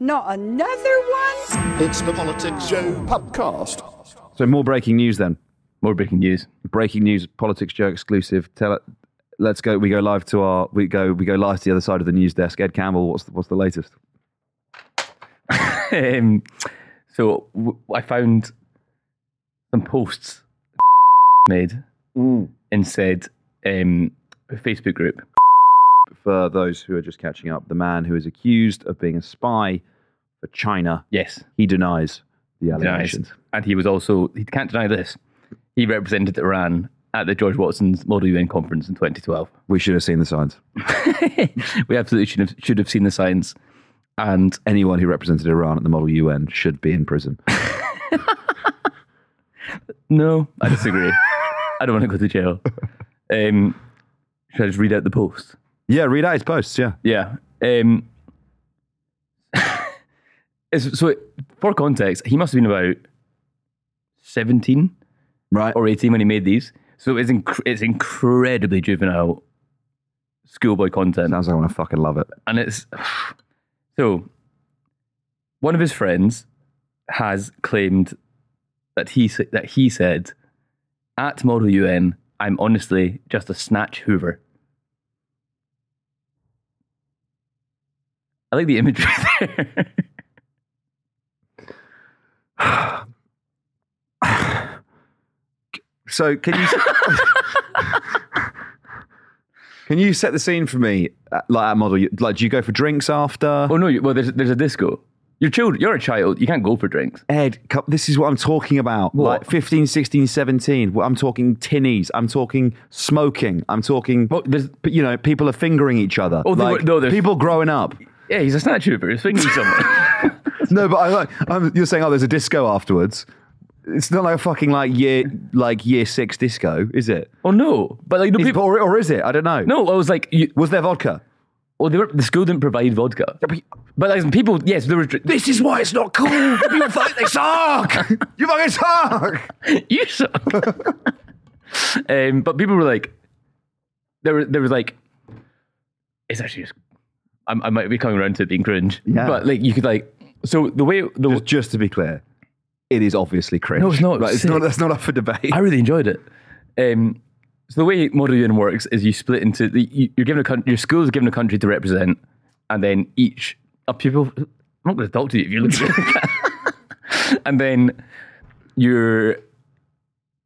[SPEAKER 2] Not another one?
[SPEAKER 3] It's the Politics Show podcast.
[SPEAKER 6] So more breaking news then.
[SPEAKER 7] More breaking news.
[SPEAKER 6] Breaking news, politics show exclusive. Tell it. Let's go. We go live to our. We go. We go live to the other side of the news desk. Ed Campbell. What's the, what's the latest?
[SPEAKER 7] um, so w- I found some posts [LAUGHS] made and said um, a Facebook group.
[SPEAKER 6] For those who are just catching up, the man who is accused of being a spy for China
[SPEAKER 7] Yes,
[SPEAKER 6] He denies the
[SPEAKER 7] denies.
[SPEAKER 6] allegations.
[SPEAKER 7] And he was also he can't deny this. He represented Iran at the George Watson's Model UN conference in 2012.
[SPEAKER 6] We should have seen the signs.
[SPEAKER 7] [LAUGHS] we absolutely should have should have seen the signs. And
[SPEAKER 6] Anyone who represented Iran at the Model UN should be in prison.
[SPEAKER 7] no, I disagree. I don't want to go to jail. Um, should I just read out the post?
[SPEAKER 6] yeah, read out his posts. Yeah.
[SPEAKER 7] Yeah. Um, [LAUGHS] it's- so, for context, he must have been about 17
[SPEAKER 6] Right.
[SPEAKER 7] or 18 when he made these. So, it's, inc- it's incredibly juvenile schoolboy content.
[SPEAKER 6] Sounds like I want to fucking love it.
[SPEAKER 7] And it's. [SIGHS] So, one of his friends has claimed that he, sa- that he said, at Model UN, I'm honestly just a snatch hoover. I like the imagery [LAUGHS] there.
[SPEAKER 6] So can you [LAUGHS] can you set the scene for me? uh, Like that model, You- like do you go for drinks after?
[SPEAKER 7] Oh no! you- Well, there's there's a disco. You're children. You're a child. You can't go for drinks.
[SPEAKER 6] Ed, co- this is what I'm talking about.
[SPEAKER 7] What?
[SPEAKER 6] Like 15, 16, 17. Well, I'm talking tinnies. I'm talking smoking. I'm talking,
[SPEAKER 7] Well, there's-
[SPEAKER 6] but you know, people are fingering each other.
[SPEAKER 7] Oh, they
[SPEAKER 6] like,
[SPEAKER 7] were- no, there's-
[SPEAKER 6] people growing up.
[SPEAKER 7] Yeah, he's a snatch trooper. He's thinking someone.
[SPEAKER 6] no, but I like, I'm, you're saying, oh, there's a disco afterwards. It's not like a fucking like year, like year six disco, is it?
[SPEAKER 7] oh no! But like no,
[SPEAKER 6] Is-
[SPEAKER 7] people,
[SPEAKER 6] or, or is it? I don't know.
[SPEAKER 7] no. I was like, you,
[SPEAKER 6] Was there vodka? [LAUGHS]
[SPEAKER 7] well, they were, the school didn't provide vodka. But like people, yes, there was. dr-
[SPEAKER 6] This is why it's
[SPEAKER 7] [LAUGHS]
[SPEAKER 6] not cool. People fuck, they suck. You fucking suck.
[SPEAKER 7] you suck. [LAUGHS] um, but people were like, there was there was like, it's actually just. I, I might be coming around to it being cringe.
[SPEAKER 6] Yeah.
[SPEAKER 7] But like you could like, so the way the
[SPEAKER 6] Just, just to be clear, it is obviously cringe.
[SPEAKER 7] No, it's not.
[SPEAKER 6] Right, it's
[SPEAKER 7] Sick.
[SPEAKER 6] not that's not up for debate.
[SPEAKER 7] I really enjoyed it. Um, so the way Model UN works is you split into the, you, you're given a coun- your school is given a country to represent, and then each a pupil. I'm not going to talk to you if you look at it. and then your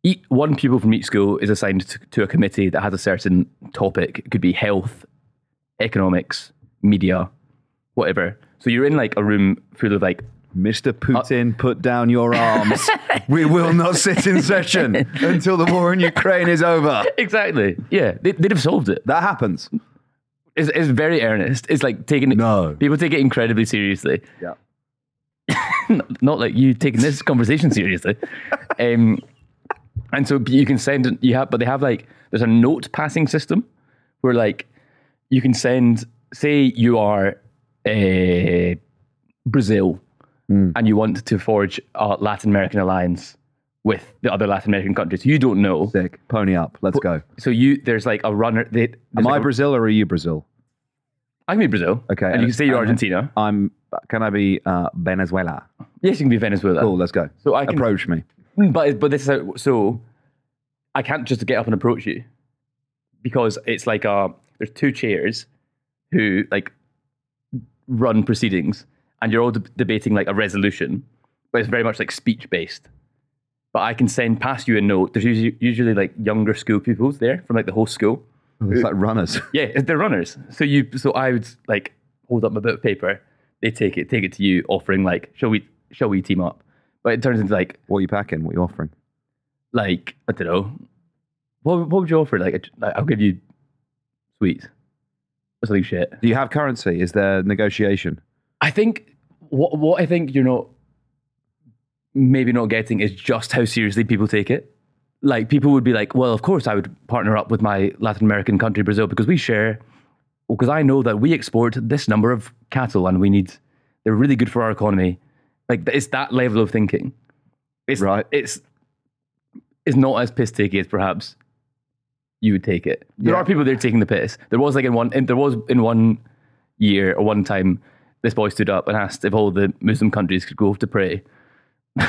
[SPEAKER 7] each, one pupil from each school is assigned to, to a committee that has a certain topic. It could be health, economics, media, whatever. So you're in like a room full of like
[SPEAKER 6] Mr.
[SPEAKER 7] Uh,
[SPEAKER 6] Putin, put down your
[SPEAKER 7] [LAUGHS]
[SPEAKER 6] arms. we will not sit in session until the war in Ukraine is over.
[SPEAKER 7] exactly yeah they, they'd have solved it.
[SPEAKER 6] That happens.
[SPEAKER 7] It's, it's very earnest. It's like taking
[SPEAKER 6] No.
[SPEAKER 7] people take it incredibly seriously.
[SPEAKER 6] Yeah.
[SPEAKER 7] [LAUGHS] Not, not like you taking this
[SPEAKER 6] [LAUGHS]
[SPEAKER 7] conversation seriously. Um, and so you can send you have, but they have like there's a note passing system where like you can send say you are uh, Brazil
[SPEAKER 6] Hmm.
[SPEAKER 7] and you want to forge a Latin American alliance with the other Latin American countries you don't know.
[SPEAKER 6] Dick, pony up. Let's go.
[SPEAKER 7] So you there's like a runner. They,
[SPEAKER 6] Am
[SPEAKER 7] there's
[SPEAKER 6] I
[SPEAKER 7] like a-
[SPEAKER 6] Brazil or are you Brazil?
[SPEAKER 7] I can be Brazil.
[SPEAKER 6] Okay,
[SPEAKER 7] and
[SPEAKER 6] and-
[SPEAKER 7] you can say you're
[SPEAKER 6] and-
[SPEAKER 7] Argentina.
[SPEAKER 6] I'm. Can I be uh, Venezuela?
[SPEAKER 7] Yes, you can be Venezuela.
[SPEAKER 6] Cool. Let's go.
[SPEAKER 7] Uh, So I can-
[SPEAKER 6] approach me.
[SPEAKER 7] But but this is how, so I can't just get up and approach you because it's like uh there's two chairs who like run proceedings and you're all deb debating like a resolution, but it's very much like speech based. But I can send past you a note. There's usually, usually like younger school pupils there from like the whole school.
[SPEAKER 6] It's like runners. [LAUGHS]
[SPEAKER 7] Yeah, they're runners. So you, so I would like hold up a bit of paper. They take it, take it to you, offering like, shall we, shall we team up? But it turns into like,
[SPEAKER 6] What are you packing? What are you offering?
[SPEAKER 7] like I don't know. What what would you offer? Like, a, like I'll give you sweets or something shit.
[SPEAKER 6] Do you have currency? Is there negotiation?
[SPEAKER 7] I think what what I think you're not maybe not getting is just how seriously people take it. Like people would be like, well, of course I would partner up with my Latin American country Brazil because we share because I know that we export this number of cattle and we need they're really good for our economy. Like it's that level of thinking. It's
[SPEAKER 6] Right.
[SPEAKER 7] It's it's not as piss takey as perhaps you would take it. There
[SPEAKER 6] Yeah.
[SPEAKER 7] are people there taking the piss. There was like in one in, there was in one year or one time this boy stood up and asked if all the Muslim countries could go to pray. [LAUGHS]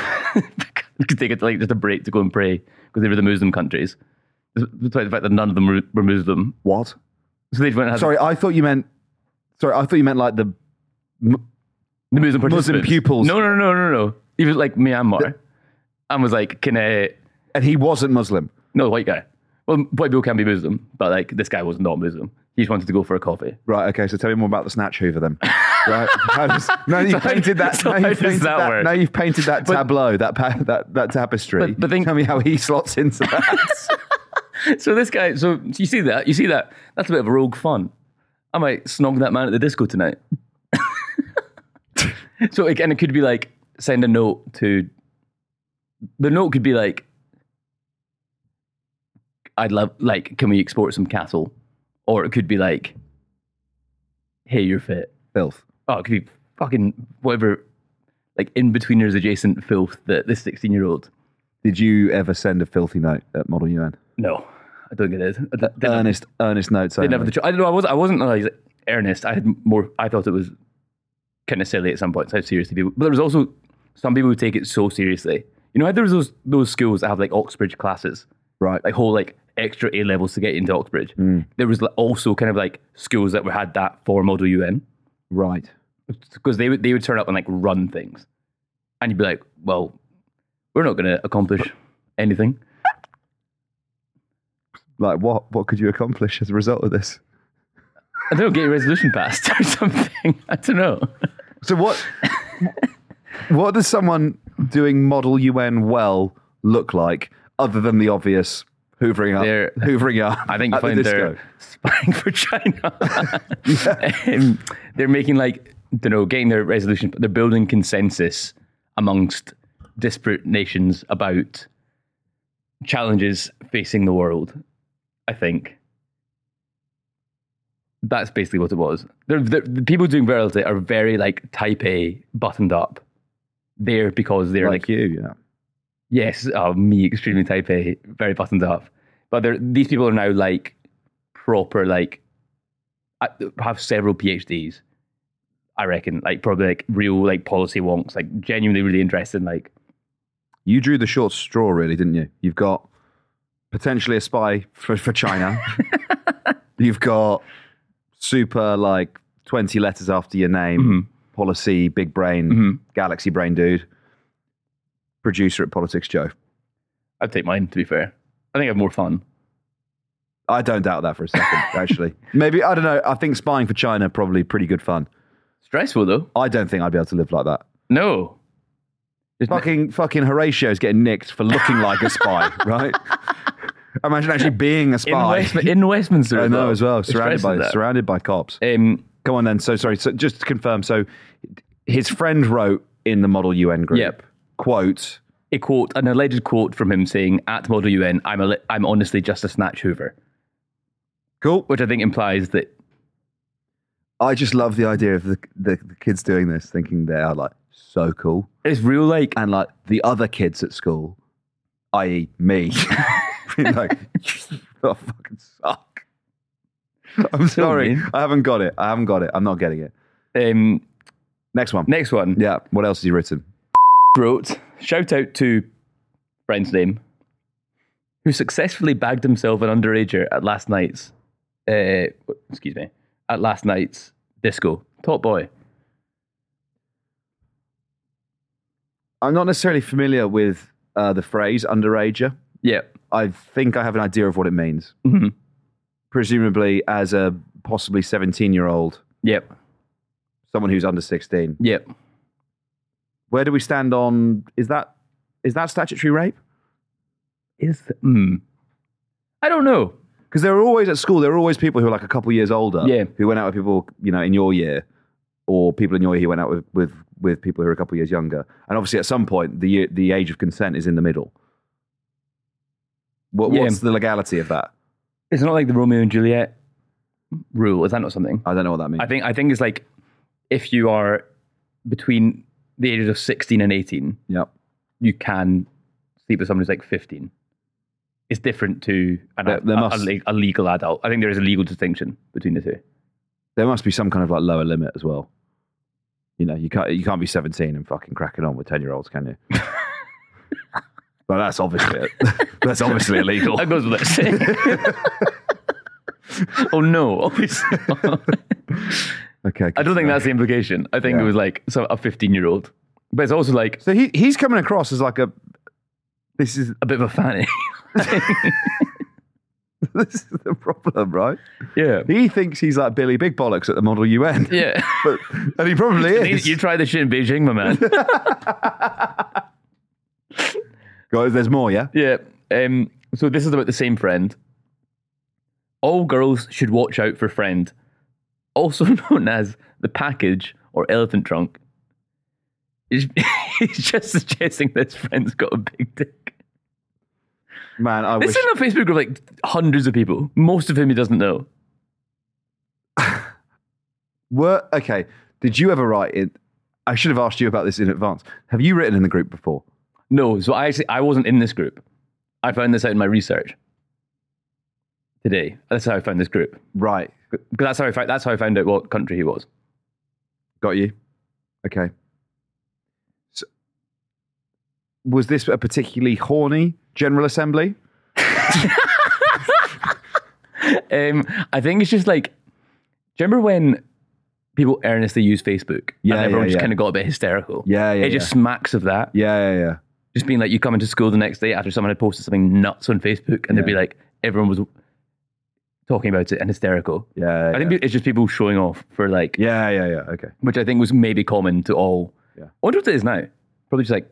[SPEAKER 7] could take it like just a break to go and pray because they were the Muslim countries. Despite the fact that none of them were, were Muslim,
[SPEAKER 6] What?
[SPEAKER 7] so they went and had
[SPEAKER 6] Sorry, I thought you meant. Sorry, I thought you meant like the
[SPEAKER 7] the
[SPEAKER 6] Muslim
[SPEAKER 7] Muslim participants.
[SPEAKER 6] pupils.
[SPEAKER 7] No, no, no, no, no. He was like Myanmar, and was like, "Can I?"
[SPEAKER 6] and he wasn't Muslim.
[SPEAKER 7] No, white guy. Well, white people can be Muslim, but like this guy was not Muslim. He just wanted to go for a coffee.
[SPEAKER 6] Right. Okay. So tell me more about the snatch Hoover [LAUGHS] then. Right. How does, now that
[SPEAKER 7] So
[SPEAKER 6] you've
[SPEAKER 7] how-
[SPEAKER 6] painted that.
[SPEAKER 7] so
[SPEAKER 6] now
[SPEAKER 7] how
[SPEAKER 6] you've
[SPEAKER 7] does
[SPEAKER 6] painted
[SPEAKER 7] that
[SPEAKER 6] that.
[SPEAKER 7] work?
[SPEAKER 6] Now you've painted that
[SPEAKER 7] But-
[SPEAKER 6] tableau, that pa- that that tapestry.
[SPEAKER 7] But- but think-
[SPEAKER 6] tell me how he slots into that.
[SPEAKER 7] So this guy, so you see that, you see that. That's a bit of rogue fun. I might snog that man at the disco tonight. [LAUGHS] so again, it could be like send a note to. The note could be like, "I'd love like, can we export some cattle?" Or it could be like, "Hey, you're fit."
[SPEAKER 6] Filth.
[SPEAKER 7] Oh, it could be fucking whatever, like in betweeners adjacent filth that this sixteen year old.
[SPEAKER 6] [LAUGHS] Did you ever send a filthy note at Model UN?
[SPEAKER 7] No, I don't get it. I don't-
[SPEAKER 6] Earnest, earnest notes.
[SPEAKER 7] didn't have
[SPEAKER 6] only.
[SPEAKER 7] the. Cho- I don't know. I was. I wasn't like earnest. I had more. I thought it was kind of silly at some points. How seriously people. But there was also some people who take it so seriously. You know, how there's those those schools that have like Oxbridge classes,
[SPEAKER 6] right.
[SPEAKER 7] like whole like extra A levels to get into Oxbridge. There was like, also kind of like schools that were had that for Model UN
[SPEAKER 6] right.
[SPEAKER 7] because they would they would turn up and like run things, and you'd be like, well, we're not going to accomplish anything.
[SPEAKER 6] Like, what what could you accomplish as a result of this?
[SPEAKER 7] I don't know, get your resolution [LAUGHS] passed or something. I don't know.
[SPEAKER 6] So what what does someone doing Model UN well look like other than the obvious hoovering up?
[SPEAKER 7] They're-
[SPEAKER 6] hoovering up.
[SPEAKER 7] [LAUGHS] I think you
[SPEAKER 6] at the
[SPEAKER 7] find
[SPEAKER 6] disco?
[SPEAKER 7] they're spying for
[SPEAKER 6] [LAUGHS]
[SPEAKER 7] China. [LAUGHS] um, they're making like don't know, getting their resolution, but they're building consensus amongst disparate nations about challenges facing the world. I think that's basically what it was. They're, they're, the people doing virality are very like type A, buttoned up. They're because they're like
[SPEAKER 6] like you, yeah.
[SPEAKER 7] Yes, oh, me, extremely type A, very buttoned up. But they're, these people are now like proper, like I- have several PhDs. I reckon, like probably like real like policy wonks, like genuinely really interested in like
[SPEAKER 6] You drew the short straw, really, didn't you? You've got potentially a spy for, for
[SPEAKER 7] [LAUGHS]
[SPEAKER 6] China. You've got super, like, 20 letters after your name,
[SPEAKER 7] Mm-hmm.
[SPEAKER 6] policy, big brain, galaxy brain dude, producer at Politics Joe.
[SPEAKER 7] I'd take mine to be fair. I think I have more fun.
[SPEAKER 6] I don't doubt that for a second,
[SPEAKER 7] [LAUGHS]
[SPEAKER 6] actually. Maybe, I don't know. I think spying for China probably pretty good fun.
[SPEAKER 7] Stressful though.
[SPEAKER 6] I don't think I'd be able to live like that.
[SPEAKER 7] No. There's no-
[SPEAKER 6] Fucking, fucking Horatio's getting nicked for looking like a
[SPEAKER 7] [LAUGHS]
[SPEAKER 6] spy, right? Imagine actually being a
[SPEAKER 7] in,
[SPEAKER 6] spy. [LAUGHS]
[SPEAKER 7] West, in Westminster.
[SPEAKER 6] I know
[SPEAKER 7] though.
[SPEAKER 6] as well.
[SPEAKER 7] It's
[SPEAKER 6] Surrounded by
[SPEAKER 7] stressful, that.
[SPEAKER 6] surrounded by cops.
[SPEAKER 7] Um,
[SPEAKER 6] Go on then. So sorry. So just to confirm. So his friend wrote in the Model UN group.
[SPEAKER 7] Yep.
[SPEAKER 6] Quote.
[SPEAKER 7] a quote, an alleged quote from him saying, "At Model UN, I'm a, li- I'm honestly just a snatch Hoover,"
[SPEAKER 6] Cool.
[SPEAKER 7] which I think implies that
[SPEAKER 6] I just love the idea of the, the the kids doing this, thinking they are like so cool,
[SPEAKER 7] it's real like
[SPEAKER 6] and like the other kids at school, i.e., me, [LAUGHS] being like, "You lot fucking suck." I'm sorry.
[SPEAKER 7] mean.
[SPEAKER 6] I haven't got it. I haven't got it. I'm not getting it.
[SPEAKER 7] um,
[SPEAKER 6] Next one.
[SPEAKER 7] Next one.
[SPEAKER 6] Yeah. What else has he written?
[SPEAKER 7] Wrote, shout out to friend's name, who successfully bagged himself an underager at last night's, uh, excuse me, at last night's disco. Top boy.
[SPEAKER 6] I'm not necessarily familiar with uh, the phrase underager.
[SPEAKER 7] Yeah.
[SPEAKER 6] I think I have an idea of what it means.
[SPEAKER 7] Mhm.
[SPEAKER 6] Presumably, as a possibly 17 year old,
[SPEAKER 7] Yep.
[SPEAKER 6] someone who's under 16.
[SPEAKER 7] Yep.
[SPEAKER 6] Where do we stand on is that is that statutory rape?
[SPEAKER 7] Is mm. I don't know.
[SPEAKER 6] Because there are always at school, there are always people who are like a couple years older
[SPEAKER 7] Yeah.
[SPEAKER 6] who went out with people, you know, in your year, or people in your year who went out with, with, with people who are a couple years younger. And obviously, at some point, the year- the age of consent is in the middle. What,
[SPEAKER 7] Yeah.
[SPEAKER 6] What's the legality of that?
[SPEAKER 7] It's not like the Romeo and Juliet rule. Is that not something?
[SPEAKER 6] I don't know what that means.
[SPEAKER 7] I think I think it's like if you are between the ages of 16 and 18,
[SPEAKER 6] yep.
[SPEAKER 7] you can sleep with someone who's like 15. It's different to an,
[SPEAKER 6] There- there
[SPEAKER 7] a,
[SPEAKER 6] must-
[SPEAKER 7] a le- a legal adult. I think there is a legal distinction between the two.
[SPEAKER 6] there must be some kind of like lower limit as well. You know, you can't you can't be seventeen and fucking cracking on with ten year olds, can you?
[SPEAKER 7] [LAUGHS]
[SPEAKER 6] but that's obviously [LAUGHS] that's obviously illegal.
[SPEAKER 7] That goes with
[SPEAKER 6] [LAUGHS]
[SPEAKER 7] it. oh no, obviously.
[SPEAKER 6] Okay,
[SPEAKER 7] [LAUGHS] I don't think that's the implication. I think
[SPEAKER 6] Yeah.
[SPEAKER 7] it was like so a 15 year old. But it's also like
[SPEAKER 6] so. He he's coming across as like a this is
[SPEAKER 7] a bit of a fanny.
[SPEAKER 6] [LAUGHS] this is the problem, right?
[SPEAKER 7] yeah.
[SPEAKER 6] He thinks he's like Billy Big Bollocks at the Model UN,
[SPEAKER 7] Yeah.
[SPEAKER 6] [LAUGHS] but and he probably is.
[SPEAKER 7] [LAUGHS] you try this shit in Beijing, my man.
[SPEAKER 6] Guys, there's more, yeah.
[SPEAKER 7] Yeah. Um, so this is about the same friend. All girls should watch out for friend, also [LAUGHS] known as the package or elephant trunk. He's, [LAUGHS] he's just suggesting this friend's got a big dick.
[SPEAKER 6] Man, I
[SPEAKER 7] This
[SPEAKER 6] wish
[SPEAKER 7] is in a Facebook group of like hundreds of people, most of whom he doesn't know.
[SPEAKER 6] were okay. Did you ever write it? I should have asked you about this in advance. Have you written in the group before?
[SPEAKER 7] No, so I actually I wasn't in this group. I found this out in my research today. That's how I found this group.
[SPEAKER 6] Right,
[SPEAKER 7] Because that's how I found, that's how I found out what country he was.
[SPEAKER 6] Got you. Okay. So, was this a particularly horny General Assembly?
[SPEAKER 7] Um, I think it's just like, do you remember when people earnestly use Facebook?
[SPEAKER 6] Yeah,
[SPEAKER 7] and everyone
[SPEAKER 6] yeah,
[SPEAKER 7] just
[SPEAKER 6] yeah.
[SPEAKER 7] kind of got a bit hysterical.
[SPEAKER 6] Yeah, yeah,
[SPEAKER 7] It just
[SPEAKER 6] yeah.
[SPEAKER 7] smacks of that.
[SPEAKER 6] Yeah, yeah, yeah.
[SPEAKER 7] Just being like, you come into school the next day after someone had posted something nuts on Facebook, and they'd be like, everyone was talking about it and hysterical.
[SPEAKER 6] Yeah,
[SPEAKER 7] I think
[SPEAKER 6] yeah.
[SPEAKER 7] it's just people showing off for like,
[SPEAKER 6] Yeah, yeah, yeah. Okay.
[SPEAKER 7] which I think was maybe common to all.
[SPEAKER 6] Yeah.
[SPEAKER 7] I wonder what it is now. Probably just like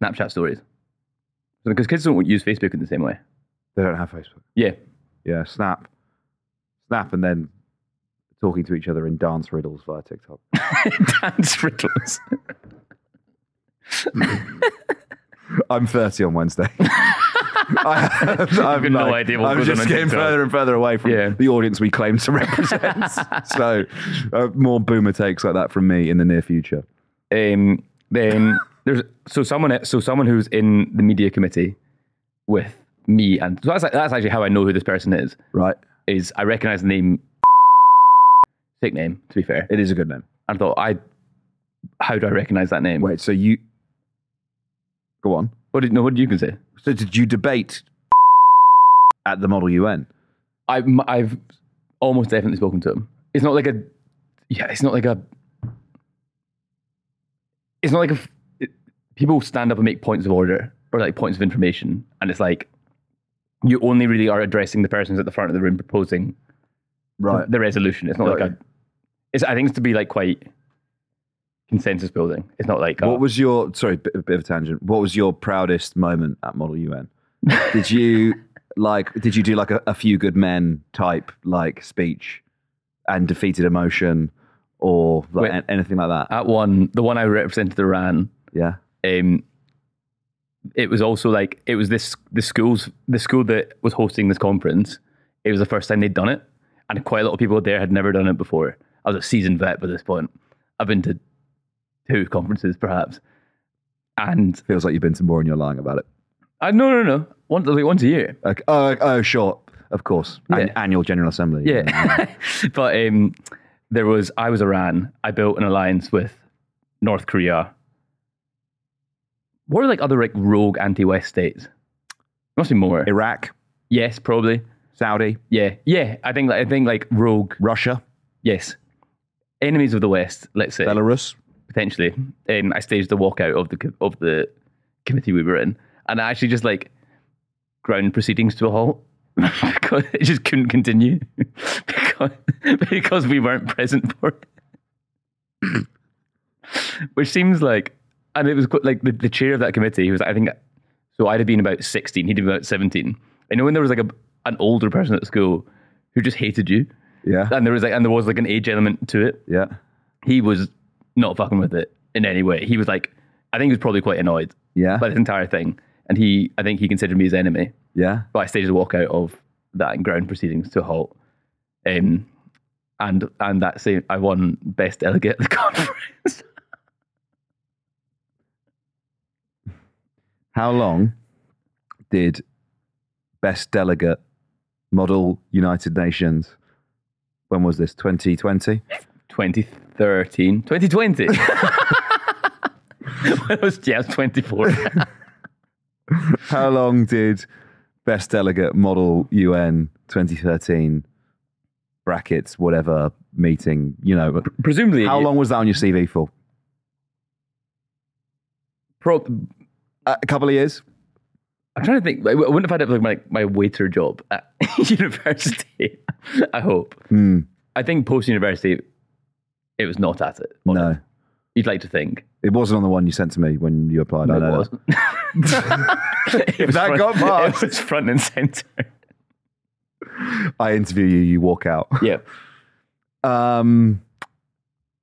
[SPEAKER 7] Snapchat stories. So, because kids don't use Facebook in the same way.
[SPEAKER 6] They don't have Facebook.
[SPEAKER 7] Yeah. [LAUGHS]
[SPEAKER 6] Yeah, snap, snap, and then talking to each other in dance riddles via TikTok.
[SPEAKER 7] Dance riddles.
[SPEAKER 6] I'm 30 on
[SPEAKER 7] [LAUGHS]
[SPEAKER 6] Wednesday. I, I've
[SPEAKER 7] got no idea what
[SPEAKER 6] I'm
[SPEAKER 7] goes on
[SPEAKER 6] just
[SPEAKER 7] on
[SPEAKER 6] getting
[SPEAKER 7] TikTok.
[SPEAKER 6] further and further away from
[SPEAKER 7] Yeah.
[SPEAKER 6] the audience we claim to represent.
[SPEAKER 7] [LAUGHS]
[SPEAKER 6] so, uh, more boomer takes like that from me in the near future.
[SPEAKER 7] um,
[SPEAKER 6] [LAUGHS]
[SPEAKER 7] then there's so someone so someone who's in the media committee with me and so that's that's actually how I know who this person is
[SPEAKER 6] Right.
[SPEAKER 7] is I recognise the name sick name to be fair
[SPEAKER 6] It is a good name.
[SPEAKER 7] and I thought I how do I recognise that name
[SPEAKER 6] Wait, so you go on.
[SPEAKER 7] what did no what did you can say
[SPEAKER 6] So, did you debate at the Model UN?
[SPEAKER 7] I've I've almost definitely spoken to him it's not like a yeah it's not like a it's not like a f- it- people stand up and make points of order or like points of information and it's like you only really are addressing the person who's at the front of the room proposing
[SPEAKER 6] Right.
[SPEAKER 7] the resolution it's not
[SPEAKER 6] Got
[SPEAKER 7] like
[SPEAKER 6] you.
[SPEAKER 7] a it's i think it's to be like quite consensus building it's not like uh,
[SPEAKER 6] What was your sorry, bit, bit of a tangent. What was your proudest moment at Model UN? Did
[SPEAKER 7] [LAUGHS]
[SPEAKER 6] you like? Did you do like a, a few good men type like speech and defeated emotion or like
[SPEAKER 7] Wait.
[SPEAKER 6] an- anything like that?
[SPEAKER 7] at one the one i represented iran
[SPEAKER 6] yeah.
[SPEAKER 7] um it was also like it was this the schools the school that was hosting this conference it was the first time they'd done it and quite a lot of people there had never done it before i was a seasoned vet by this point i've been to two conferences perhaps and
[SPEAKER 6] Feels like you've been to more and you're lying about it.
[SPEAKER 7] i no no no once like once a year
[SPEAKER 6] Like, oh, oh, sure, of course. An-
[SPEAKER 7] Yeah.
[SPEAKER 6] annual General Assembly.
[SPEAKER 7] Yeah. [LAUGHS] but um, there was, I was Iran. I built an alliance with North Korea. What are like other like rogue anti West states? Must be more.
[SPEAKER 6] Iraq,
[SPEAKER 7] yes, probably.
[SPEAKER 6] Saudi,
[SPEAKER 7] Yeah. Yeah. I think like, I think like rogue,
[SPEAKER 6] Russia,
[SPEAKER 7] yes. Enemies of the West, let's say
[SPEAKER 6] Belarus.
[SPEAKER 7] potentially. Um, I staged the walkout of the co- of the committee we were in, and I actually just like ground proceedings to a halt [LAUGHS] because it just couldn't continue [LAUGHS] because, because we weren't present for it. [CLEARS THROAT] Which seems like, and it was quite, like the, the chair of that committee who was I think so. I'd have been about sixteen. He'd been about seventeen. I know when there was like a an older person at school who just hated you,
[SPEAKER 6] Yeah.
[SPEAKER 7] and there was like and there was like an age element to it
[SPEAKER 6] yeah.
[SPEAKER 7] he was not fucking with it in any way. He was like, I think he was probably quite annoyed
[SPEAKER 6] Yeah.
[SPEAKER 7] by this entire thing. And he, I think he considered me his enemy.
[SPEAKER 6] yeah.
[SPEAKER 7] But I staged a walkout of that and ground proceedings to a halt. Um, and and that same, I won best delegate at the [LAUGHS] conference.
[SPEAKER 6] How long did best delegate model United Nations? When was this? 2020?
[SPEAKER 7] 2013, [LAUGHS] 2020. When I was, yeah, I was
[SPEAKER 6] [LAUGHS]
[SPEAKER 7] 24.
[SPEAKER 6] How long did best delegate model UN 2013 brackets whatever meeting? You know,
[SPEAKER 7] Presumably,
[SPEAKER 6] how long was that on your CV for?
[SPEAKER 7] Pro,
[SPEAKER 6] A a couple of years.
[SPEAKER 7] I'm trying to think. I wouldn't have had it like my, my waiter job at [LAUGHS] university. I hope.
[SPEAKER 6] Hmm.
[SPEAKER 7] I think post university, it was not at it. was
[SPEAKER 6] no,
[SPEAKER 7] it? You'd like to think.
[SPEAKER 6] it wasn't on the one you sent to me when you applied. I
[SPEAKER 7] it
[SPEAKER 6] know.
[SPEAKER 7] was.
[SPEAKER 6] [LAUGHS] that.
[SPEAKER 7] It was
[SPEAKER 6] That got passed.
[SPEAKER 7] [LAUGHS] It was front and center.
[SPEAKER 6] I interview you, you walk out.
[SPEAKER 7] Yeah.
[SPEAKER 6] Um,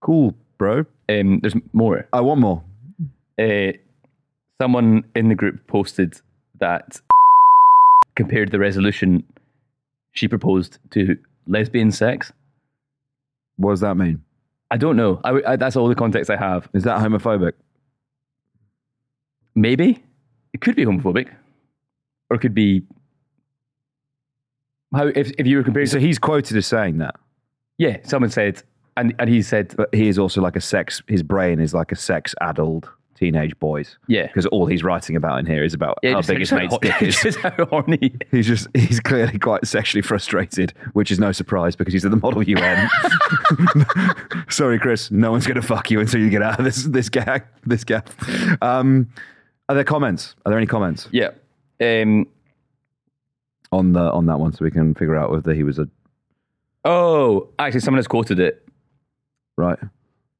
[SPEAKER 6] cool, bro.
[SPEAKER 7] Um, there's more.
[SPEAKER 6] I want more.
[SPEAKER 7] Uh, someone in the group posted that compared the resolution she proposed to lesbian sex.
[SPEAKER 6] What does that mean?
[SPEAKER 7] I don't know. I, I, that's all the context I have.
[SPEAKER 6] Is that homophobic?
[SPEAKER 7] Maybe. It could be homophobic. Or it could be how if, if you were comparing
[SPEAKER 6] So he's quoted as saying that,
[SPEAKER 7] Yeah, someone said and, and he said
[SPEAKER 6] but he is also like a sex. His brain is like a sex-addled teenage boys.
[SPEAKER 7] Yeah.
[SPEAKER 6] because all he's writing about in here is about
[SPEAKER 7] yeah,
[SPEAKER 6] how
[SPEAKER 7] just-
[SPEAKER 6] big his [LAUGHS]
[SPEAKER 7] just
[SPEAKER 6] mate's
[SPEAKER 7] how- [LAUGHS]
[SPEAKER 6] dick is.
[SPEAKER 7] just how horny.
[SPEAKER 6] He's just [LAUGHS] he's clearly quite sexually frustrated, which is no surprise because he's at the Model UN. Sorry, Chris, no one's gonna fuck you until you get out of this this gag this gap. Um, are there comments? Are there any comments?
[SPEAKER 7] Yeah. Um
[SPEAKER 6] on the on that one, so we can figure out whether he was a
[SPEAKER 7] Oh, actually, someone has quoted it.
[SPEAKER 6] right.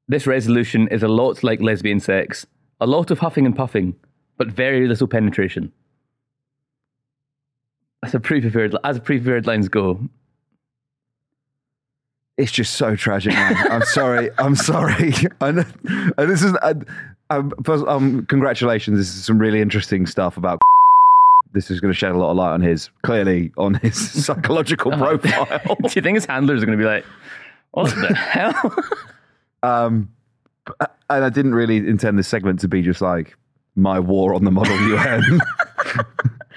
[SPEAKER 7] This resolution is a lot like lesbian sex, a lot of huffing and puffing, but very little penetration. That's a pre-prepared, as pre-prepared lines go.
[SPEAKER 6] It's just so tragic, man. I'm sorry. I'm sorry. [LAUGHS] I know, and this is. I, um, first, um, congratulations. This is some really interesting stuff about. [LAUGHS] This is going to shed a lot of light on his clearly on his [LAUGHS] psychological profile.
[SPEAKER 7] [LAUGHS] Do you think his handlers are going to be like, what
[SPEAKER 6] [LAUGHS]
[SPEAKER 7] the hell?
[SPEAKER 6] Um, and I didn't really intend this segment to be just like my war on the model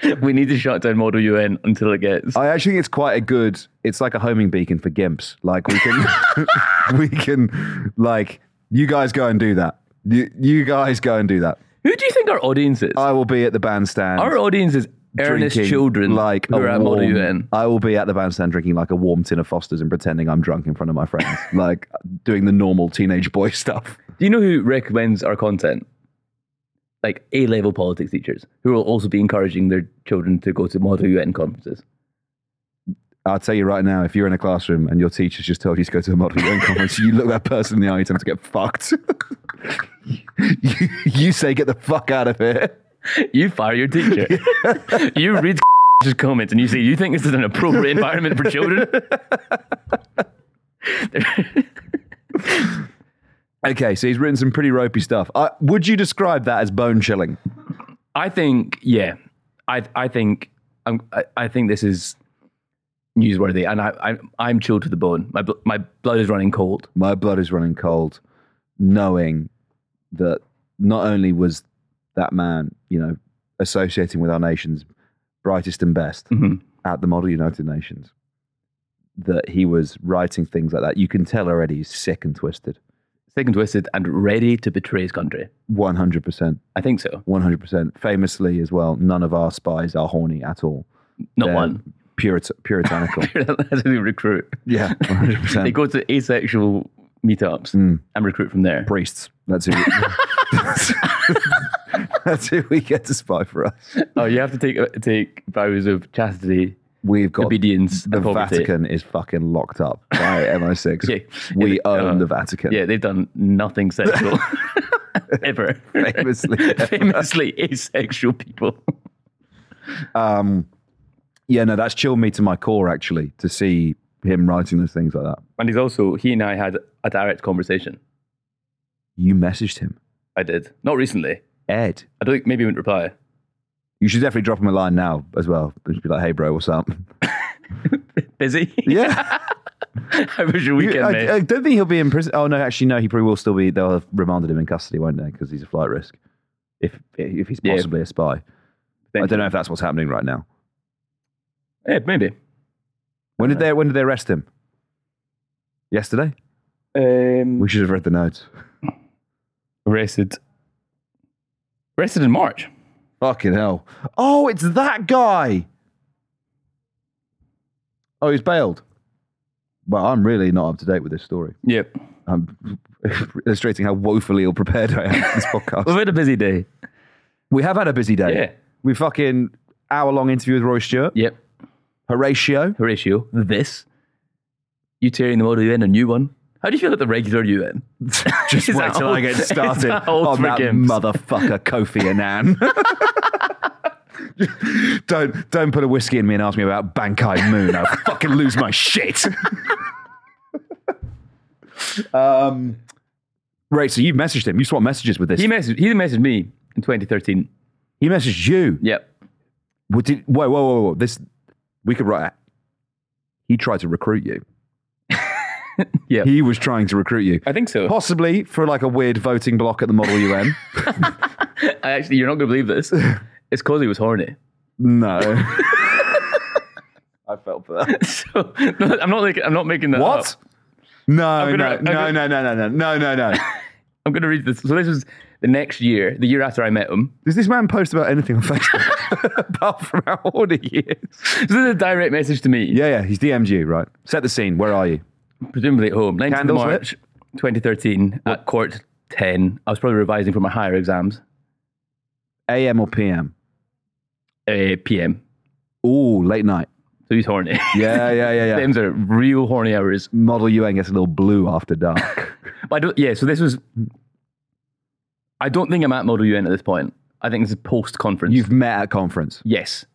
[SPEAKER 7] [LAUGHS]
[SPEAKER 6] UN.
[SPEAKER 7] we need to shut down Model UN until it gets.
[SPEAKER 6] I actually think it's quite a good. It's like a homing beacon for gimps. Like we can, [LAUGHS] we can, like you guys go and do that. You you guys go and do that.
[SPEAKER 7] Who do you think our audience is?
[SPEAKER 6] I will be at the bandstand.
[SPEAKER 7] our audience is earnest
[SPEAKER 6] drinking
[SPEAKER 7] children
[SPEAKER 6] like
[SPEAKER 7] who
[SPEAKER 6] a
[SPEAKER 7] are at Model
[SPEAKER 6] warm-
[SPEAKER 7] UN.
[SPEAKER 6] I will be at the bandstand drinking like a warm tin of Fosters and pretending I'm drunk in front of my friends, like doing the normal teenage boy [LAUGHS] stuff.
[SPEAKER 7] Do you know who recommends our content? Like A level politics teachers who will also be encouraging their children to go to Model UN conferences. [LAUGHS]
[SPEAKER 6] I'll tell you right now, if you're in a classroom and your teacher's just told you to go to a model UN conference, you look that person in the eye, you tend to get fucked. [LAUGHS] you, you say, get the fuck out of here.
[SPEAKER 7] You fire
[SPEAKER 6] [LAUGHS]
[SPEAKER 7] your teacher. you read [LAUGHS] just comments and you say, You think this is an appropriate environment
[SPEAKER 6] [LAUGHS]
[SPEAKER 7] for children? [LAUGHS]
[SPEAKER 6] Okay, so he's written some pretty ropey stuff. Uh, would you describe that as bone chilling?
[SPEAKER 7] I think, yeah, I I think I'm, I, I think this is newsworthy, and I, I I'm chilled to the bone. My bl- my blood is running cold.
[SPEAKER 6] my blood is running cold, knowing that not only was that man, you know, associating with our nation's brightest and best at the Model United Nations, that he was writing things like that. You can tell already he's sick and twisted.
[SPEAKER 7] Sick and twisted, and ready to betray his country.
[SPEAKER 6] 100%.
[SPEAKER 7] I think so.
[SPEAKER 6] 100%. Famously, as well, none of our spies are horny at all.
[SPEAKER 7] Not
[SPEAKER 6] They're
[SPEAKER 7] one. [LAUGHS]
[SPEAKER 6] Purit- puritanical.
[SPEAKER 7] That's who they recruit. [LAUGHS]
[SPEAKER 6] yeah, 100%.
[SPEAKER 7] They go to asexual meetups
[SPEAKER 6] Mm.
[SPEAKER 7] and recruit from there.
[SPEAKER 6] priests. That's who. We, [LAUGHS] that's who we get to spy for us.
[SPEAKER 7] Oh, you have to take take vows of chastity.
[SPEAKER 6] We've got
[SPEAKER 7] Obedience
[SPEAKER 6] The
[SPEAKER 7] and poverty.
[SPEAKER 6] Vatican is fucking locked up
[SPEAKER 7] [LAUGHS]
[SPEAKER 6] by MI6.
[SPEAKER 7] Yeah.
[SPEAKER 6] We
[SPEAKER 7] Yeah,
[SPEAKER 6] own
[SPEAKER 7] uh,
[SPEAKER 6] the Vatican.
[SPEAKER 7] Yeah, they've done
[SPEAKER 6] [LAUGHS]
[SPEAKER 7] nothing sexual [LAUGHS] ever. [LAUGHS]
[SPEAKER 6] Famously.
[SPEAKER 7] Famously asexual people.
[SPEAKER 6] Yeah, no, that's chilled me to my core actually to see him writing those things like that.
[SPEAKER 7] And he's also he and I had a direct conversation.
[SPEAKER 6] You messaged him,
[SPEAKER 7] I did. Not recently.
[SPEAKER 6] Ed.
[SPEAKER 7] I don't think maybe he wouldn't reply.
[SPEAKER 6] You should definitely drop him a line now as well. Just be like, "Hey, bro, what's up?" [LAUGHS]
[SPEAKER 7] Busy?
[SPEAKER 6] Yeah,
[SPEAKER 7] [LAUGHS] How was your weekend,
[SPEAKER 6] I,
[SPEAKER 7] mate?
[SPEAKER 6] I don't think he'll be in prison. Oh no, actually, no, he probably will still be. They'll have remanded him in custody, won't they? Because he's a flight risk. If if he's
[SPEAKER 7] Yeah.
[SPEAKER 6] possibly a spy, I
[SPEAKER 7] Thank
[SPEAKER 6] don't know if that's what's happening right now.
[SPEAKER 7] you. Yeah, maybe.
[SPEAKER 6] When did they when did they arrest him? Yesterday.
[SPEAKER 7] Um,
[SPEAKER 6] We should have read the notes.
[SPEAKER 7] arrested. Arrested in March.
[SPEAKER 6] Fucking hell. Oh, it's that guy. Oh, he's bailed. Well, I'm really not up to date with this story.
[SPEAKER 7] Yep.
[SPEAKER 6] I'm [LAUGHS] illustrating how woefully ill prepared I am for this
[SPEAKER 7] We've
[SPEAKER 6] podcast.
[SPEAKER 7] had a busy day.
[SPEAKER 6] We have had a busy day.
[SPEAKER 7] Yeah.
[SPEAKER 6] We fucking hour long interview with Roy Stewart,
[SPEAKER 7] Yep.
[SPEAKER 6] Horatio.
[SPEAKER 7] Horatio, this. You tearing the model UN, a new one. How do you feel at the regular [LAUGHS] UN?
[SPEAKER 6] Just
[SPEAKER 7] Is
[SPEAKER 6] wait
[SPEAKER 7] that
[SPEAKER 6] till
[SPEAKER 7] all-
[SPEAKER 6] I get
[SPEAKER 7] [LAUGHS] is that
[SPEAKER 6] started
[SPEAKER 7] all
[SPEAKER 6] on
[SPEAKER 7] for
[SPEAKER 6] that
[SPEAKER 7] gimps?
[SPEAKER 6] motherfucker Kofi Annan. [LAUGHS] don't don't put a whiskey in me and ask me about Bankai Moon. I'll [LAUGHS] fucking lose my shit. [LAUGHS] um, right, so you messaged him. You swapped messages with this.
[SPEAKER 7] He messaged, he messaged me in 2013.
[SPEAKER 6] He messaged you.
[SPEAKER 7] Yep.
[SPEAKER 6] What did, whoa, whoa, whoa, whoa. This we could write. He tried to recruit you.
[SPEAKER 7] Yeah.
[SPEAKER 6] He was trying to recruit you.
[SPEAKER 7] I think so.
[SPEAKER 6] Possibly for like a weird voting block at the Model UN.
[SPEAKER 7] [LAUGHS] I actually, you're not going to believe this. It's because he was horny.
[SPEAKER 6] [LAUGHS]
[SPEAKER 7] [LAUGHS]
[SPEAKER 6] No. I felt for that.
[SPEAKER 7] So no, I'm not like I'm not making that up.
[SPEAKER 6] What? No,
[SPEAKER 7] gonna-
[SPEAKER 6] no,
[SPEAKER 7] Oh. I'm
[SPEAKER 6] no,
[SPEAKER 7] gonna-
[SPEAKER 6] no, no, no, no, no, no,
[SPEAKER 7] [LAUGHS]
[SPEAKER 6] no.
[SPEAKER 7] I'm going to read this. So this was the next year, the year after I met him.
[SPEAKER 6] Does this man post about anything on
[SPEAKER 7] [LAUGHS]
[SPEAKER 6] Facebook apart from [LAUGHS] how old he is?
[SPEAKER 7] So this is a direct message to me,
[SPEAKER 6] Yeah, yeah, he's DM'd you, right? Set the scene. Where are you?
[SPEAKER 7] presumably at home. 19th of
[SPEAKER 6] Candles lit?
[SPEAKER 7] March, 2013, at Court 10. I was probably revising for my higher exams.
[SPEAKER 6] AM or PM?
[SPEAKER 7] Uh, PM.
[SPEAKER 6] Ooh, late night.
[SPEAKER 7] So he's horny.
[SPEAKER 6] Yeah, yeah, [LAUGHS]
[SPEAKER 7] [LAUGHS]
[SPEAKER 6] yeah, yeah.
[SPEAKER 7] Them's are real horny hours.
[SPEAKER 6] Model UN gets a little blue after
[SPEAKER 7] [LAUGHS]
[SPEAKER 6] dark.
[SPEAKER 7] But I don't, yeah, so this was. I don't think I'm at Model UN at this point. I think this is post conference.
[SPEAKER 6] You've met at conference
[SPEAKER 7] Yes.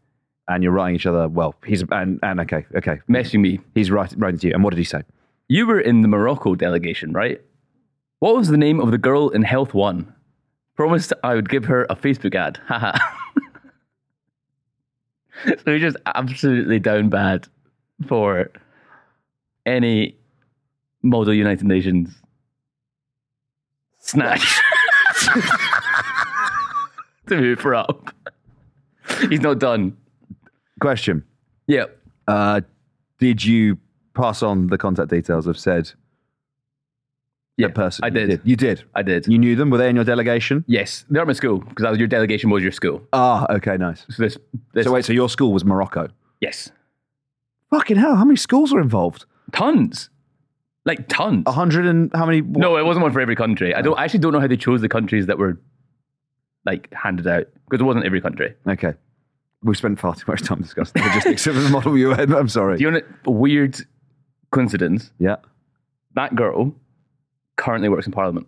[SPEAKER 6] and you're writing each other. Well, he's and and okay, okay.
[SPEAKER 7] Messaging me.
[SPEAKER 6] He's writing, writing to you. And what did he say?
[SPEAKER 7] You were in the Morocco delegation, right? What was the name of the girl in Health One? Promised I would give her a Facebook ad. [LAUGHS] Haha. so he's just absolutely down bad for any model United Nations snatch [LAUGHS] to move her up. He's not done.
[SPEAKER 6] Question:
[SPEAKER 7] Yep.
[SPEAKER 6] uh, Did you pass on the contact details of said
[SPEAKER 7] Yeah,
[SPEAKER 6] that person?
[SPEAKER 7] I
[SPEAKER 6] You
[SPEAKER 7] did.
[SPEAKER 6] You did.
[SPEAKER 7] I did.
[SPEAKER 6] You knew them. Were they in your delegation?
[SPEAKER 7] yes, they're at my school because your delegation was your school.
[SPEAKER 6] Ah, okay, nice.
[SPEAKER 7] So this, this
[SPEAKER 6] So wait, so your school was Morocco?
[SPEAKER 7] yes,
[SPEAKER 6] Fucking hell! How many schools are involved?
[SPEAKER 7] tons, like tons.
[SPEAKER 6] A hundred and how many?
[SPEAKER 7] No, it wasn't one for every country. I don't I actually don't know how they chose the countries that were like handed out because it wasn't every country.
[SPEAKER 6] Okay. We've spent far too much time discussing [LAUGHS] the logistics of the model UN. I'm sorry.
[SPEAKER 7] Do you know a weird coincidence?
[SPEAKER 6] yeah.
[SPEAKER 7] That girl currently works in Parliament.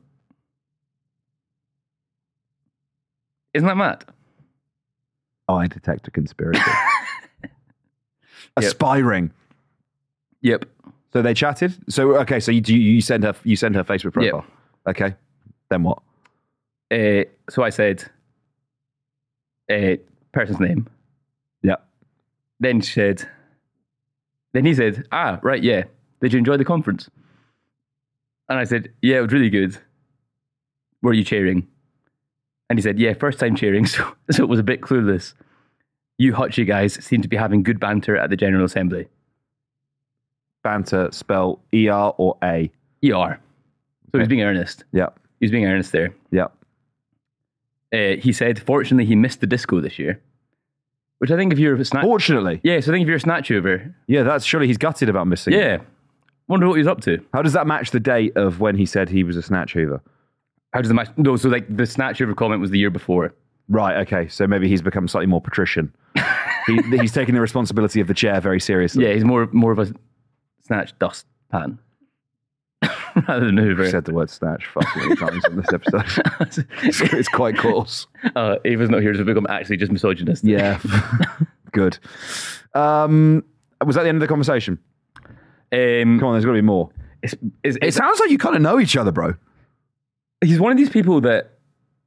[SPEAKER 7] Isn't that mad?
[SPEAKER 6] Oh, I detect a conspiracy. [LAUGHS]
[SPEAKER 7] Yep.
[SPEAKER 6] Aspiring.
[SPEAKER 7] Yep.
[SPEAKER 6] So they chatted. So okay. So you do you send her you send her Facebook profile. Okay. Then what?
[SPEAKER 7] Uh, so I said, uh, person's name.
[SPEAKER 6] Yeah.
[SPEAKER 7] Then she said, then he said, ah, right, yeah. Did you enjoy the conference? And I said, yeah, it was really good. Were you cheering? And he said, yeah, first time cheering. [LAUGHS] So, so it was a bit clueless. You Hutchie guys seem to be having good banter at the General Assembly.
[SPEAKER 6] Banter spell E R or A.
[SPEAKER 7] ER. So he was being earnest.
[SPEAKER 6] Yeah.
[SPEAKER 7] He was being earnest there.
[SPEAKER 6] Yeah.
[SPEAKER 7] Uh, he said, fortunately, he missed the disco this year, which I think if you're a snatch,
[SPEAKER 6] Fortunately,
[SPEAKER 7] yeah, so I think if you're a snatch over,
[SPEAKER 6] yeah. That's surely he's gutted about missing. it.
[SPEAKER 7] yeah, wonder what he was up to.
[SPEAKER 6] How does that match the date of when he said he was a snatch hoover?
[SPEAKER 7] How does the match? No, so like the snatch over comment was the year before.
[SPEAKER 6] Right. Okay. So maybe he's become slightly more patrician. he, he's taking the responsibility of the chair very seriously.
[SPEAKER 7] Yeah, he's more more of a snatch dust pan [LAUGHS] rather than
[SPEAKER 6] He
[SPEAKER 7] Hoover.
[SPEAKER 6] said the word snatch fuck many times in this episode.
[SPEAKER 7] [LAUGHS]
[SPEAKER 6] It's, it's quite coarse.
[SPEAKER 7] uh, Ava's not here to become actually just misogynist.
[SPEAKER 6] Yeah. [LAUGHS] Good. Um, was that the end of the conversation?
[SPEAKER 7] um,
[SPEAKER 6] Come on, there's got to be more.
[SPEAKER 7] it's, it's,
[SPEAKER 6] It
[SPEAKER 7] it's,
[SPEAKER 6] sounds like you kind of know each other, bro.
[SPEAKER 7] he's one of these people that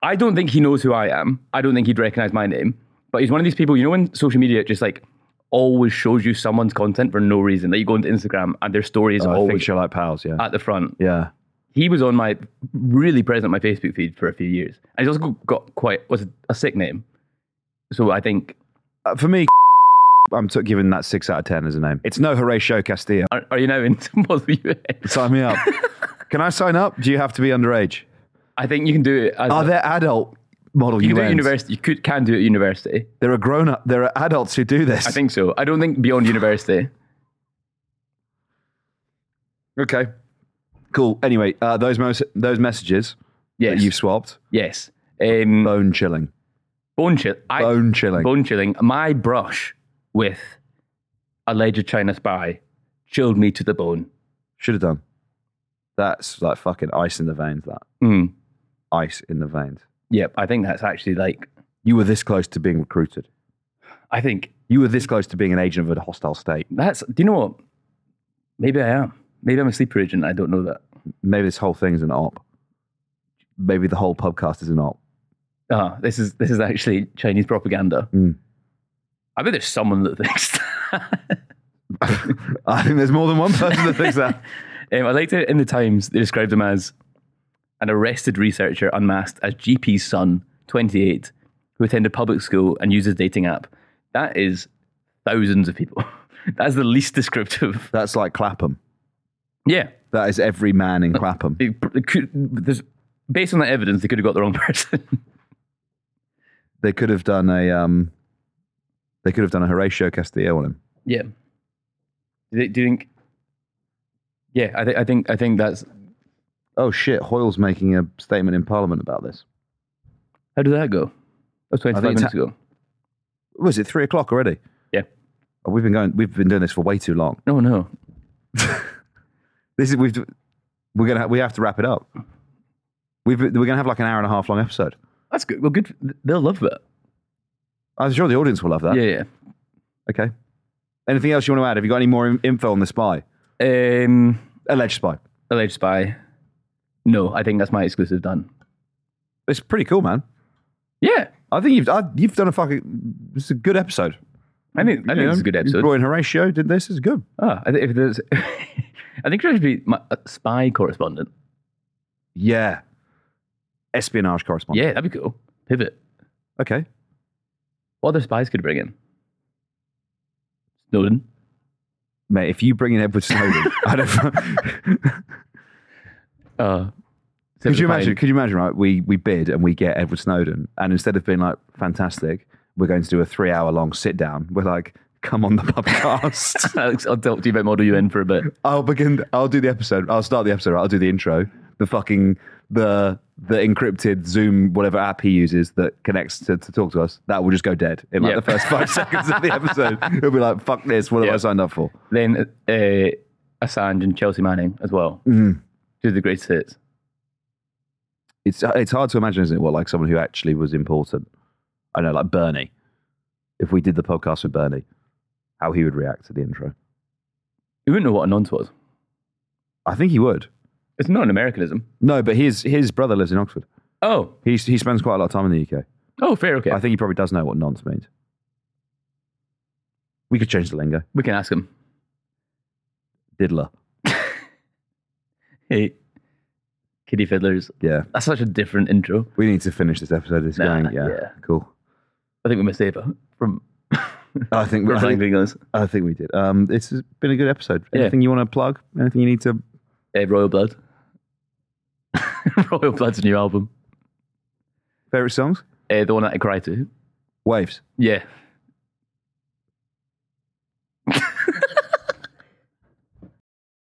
[SPEAKER 7] I don't think he knows who I am. I don't think he'd recognize my name. But he's one of these people, you know, when social media just like always shows you someone's content for no reason. Like you go into Instagram and their story is
[SPEAKER 6] Oh, I think
[SPEAKER 7] always
[SPEAKER 6] you're like pals, yeah.
[SPEAKER 7] at the front.
[SPEAKER 6] yeah.
[SPEAKER 7] He was on my really present on my Facebook feed for a few years, and he's also got quite was a sick name. So I think
[SPEAKER 6] Uh, for me, [LAUGHS] I'm t- giving that six out of 10 as a name. It's no Horatio Castillo.
[SPEAKER 7] are, are you now [LAUGHS] into Model US?
[SPEAKER 6] Sign me up. Can I sign up? Do you have to be underage?
[SPEAKER 7] I think you can do it. As
[SPEAKER 6] Are
[SPEAKER 7] a-
[SPEAKER 6] there adult model
[SPEAKER 7] you can do it at
[SPEAKER 6] UNs?
[SPEAKER 7] university. You could can do it at university.
[SPEAKER 6] There are grown up, there are adults who do this.
[SPEAKER 7] I think so. I don't think
[SPEAKER 6] [LAUGHS]
[SPEAKER 7] beyond university.
[SPEAKER 6] Okay. Cool. Anyway, uh, those, mos- those messages
[SPEAKER 7] Yes.
[SPEAKER 6] that you've swapped,
[SPEAKER 7] yes. Um,
[SPEAKER 6] bone chilling.
[SPEAKER 7] bone chill. I,
[SPEAKER 6] Bone chilling.
[SPEAKER 7] Bone chilling. My brush with alleged China spy chilled me to the bone.
[SPEAKER 6] Should have done. That's like fucking ice in the veins, that.
[SPEAKER 7] Mm.
[SPEAKER 6] Ice in the veins.
[SPEAKER 7] Yep. I think that's actually like.
[SPEAKER 6] You were this close to being recruited.
[SPEAKER 7] I think
[SPEAKER 6] You were this close to being an agent of a hostile state.
[SPEAKER 7] That's do you know what? Maybe I am. Maybe I'm a sleeper agent. I don't know that.
[SPEAKER 6] Maybe this whole thing's an op. Maybe the whole podcast is an op. [LAUGHS]
[SPEAKER 7] Ah, this is this is actually Chinese propaganda.
[SPEAKER 6] Mm.
[SPEAKER 7] I bet there's someone that [LAUGHS] thinks. that.
[SPEAKER 6] I think there's more than one person that thinks that.
[SPEAKER 7] um, I liked it in the Times. They described him as an arrested researcher unmasked as GP's son, 28, who attended public school and uses dating app. That is thousands of people. [LAUGHS] That's the least descriptive.
[SPEAKER 6] That's like Clapham.
[SPEAKER 7] Yeah,
[SPEAKER 6] That is every man in Clapham.
[SPEAKER 7] It- it could- there's, based on that evidence, they could have got the wrong [LAUGHS] person.
[SPEAKER 6] They could have done a um, they could have done a Horatio Castillo on him.
[SPEAKER 7] Yeah. Do you, do you think? Yeah, I think I think I think that's
[SPEAKER 6] Oh shit, Hoyle's making a statement in Parliament about this.
[SPEAKER 7] how did that go? That was
[SPEAKER 6] I
[SPEAKER 7] twenty five
[SPEAKER 6] think
[SPEAKER 7] minutes
[SPEAKER 6] it's
[SPEAKER 7] ago.
[SPEAKER 6] Was it three o'clock already? Oh,
[SPEAKER 7] Yeah,
[SPEAKER 6] We've been going. We've been doing this for way too long.
[SPEAKER 7] Oh no.
[SPEAKER 6] This is we've we're gonna we have to wrap it up. We've, we're gonna have like an hour and a half long episode.
[SPEAKER 7] That's good. Well, good. They'll love that.
[SPEAKER 6] I'm sure the audience will love that.
[SPEAKER 7] Yeah, yeah.
[SPEAKER 6] Okay. Anything else you want to add? Have you got any more in- info on the spy?
[SPEAKER 7] Um,
[SPEAKER 6] Alleged spy.
[SPEAKER 7] alleged spy. No, I think that's my exclusive done.
[SPEAKER 6] It's pretty cool, man.
[SPEAKER 7] Yeah,
[SPEAKER 6] I think you've I, you've done a fucking. This is a good episode.
[SPEAKER 7] I think I think it's a good episode.
[SPEAKER 6] Roy and Horatio did this. It's good.
[SPEAKER 7] Ah, I think if there's, [LAUGHS] I think there should be my, a spy correspondent.
[SPEAKER 6] Yeah. Espionage correspondent.
[SPEAKER 7] Yeah, that'd be cool. Pivot.
[SPEAKER 6] Yeah. Okay.
[SPEAKER 7] What other spies could bring in? Snowden.
[SPEAKER 6] Mate, if you bring in Edward Snowden,
[SPEAKER 7] [LAUGHS]
[SPEAKER 6] I don't.
[SPEAKER 7] Uh,
[SPEAKER 6] could you imagine?
[SPEAKER 7] simplifying.
[SPEAKER 6] Could you imagine? Right, we we bid and we get Edward Snowden, and instead of being like fantastic, we're going to do a three-hour-long sit-down. We're like, come on the
[SPEAKER 7] [LAUGHS]
[SPEAKER 6] podcast.
[SPEAKER 7] Alex, I'll talk to you about Model UN for a bit.
[SPEAKER 6] I'll begin. I'll do the episode. I'll start the episode. I'll do the intro. The fucking the the encrypted Zoom whatever app he uses that connects to, to talk to us. That will just go dead in like
[SPEAKER 7] Yeah.
[SPEAKER 6] the first
[SPEAKER 7] [LAUGHS]
[SPEAKER 6] five seconds of the episode. It'll be like, fuck this. What have
[SPEAKER 7] Yeah.
[SPEAKER 6] I signed up for?
[SPEAKER 7] Then uh, Assange and Chelsea Manning as well.
[SPEAKER 6] Mm-hmm.
[SPEAKER 7] Two of the greatest hits.
[SPEAKER 6] It's it's hard to imagine, isn't it? What like someone who actually was important. I know, like Bernie. If we did the podcast with Bernie, how he would react to the intro.
[SPEAKER 7] You wouldn't know what a nonce was.
[SPEAKER 6] I think he would.
[SPEAKER 7] It's not an Americanism.
[SPEAKER 6] No, but his his brother lives in Oxford.
[SPEAKER 7] Oh,
[SPEAKER 6] He he spends quite a lot of time in the UK.
[SPEAKER 7] oh, fair, okay.
[SPEAKER 6] I think he probably does know what nonce means. We could change the lingo.
[SPEAKER 7] we can ask him.
[SPEAKER 6] Diddler.
[SPEAKER 7] Hey, Kitty Fiddlers.
[SPEAKER 6] Yeah.
[SPEAKER 7] That's such a different intro.
[SPEAKER 6] We need to finish this episode. It's
[SPEAKER 7] Nah,
[SPEAKER 6] going, yeah,
[SPEAKER 7] yeah.
[SPEAKER 6] Cool.
[SPEAKER 7] I think we missed Ava from.
[SPEAKER 6] [LAUGHS] I think, we, I, think,
[SPEAKER 7] Recycling us.
[SPEAKER 6] I think we did. Um, it's been a good episode.
[SPEAKER 7] Yeah.
[SPEAKER 6] Anything you want to plug? Anything you need to?
[SPEAKER 7] Eh, Royal Blood. [LAUGHS] Royal Blood's new album. Eh,
[SPEAKER 6] Favorite songs?
[SPEAKER 7] Uh, the one that I cry to.
[SPEAKER 6] Waves.
[SPEAKER 7] Yeah.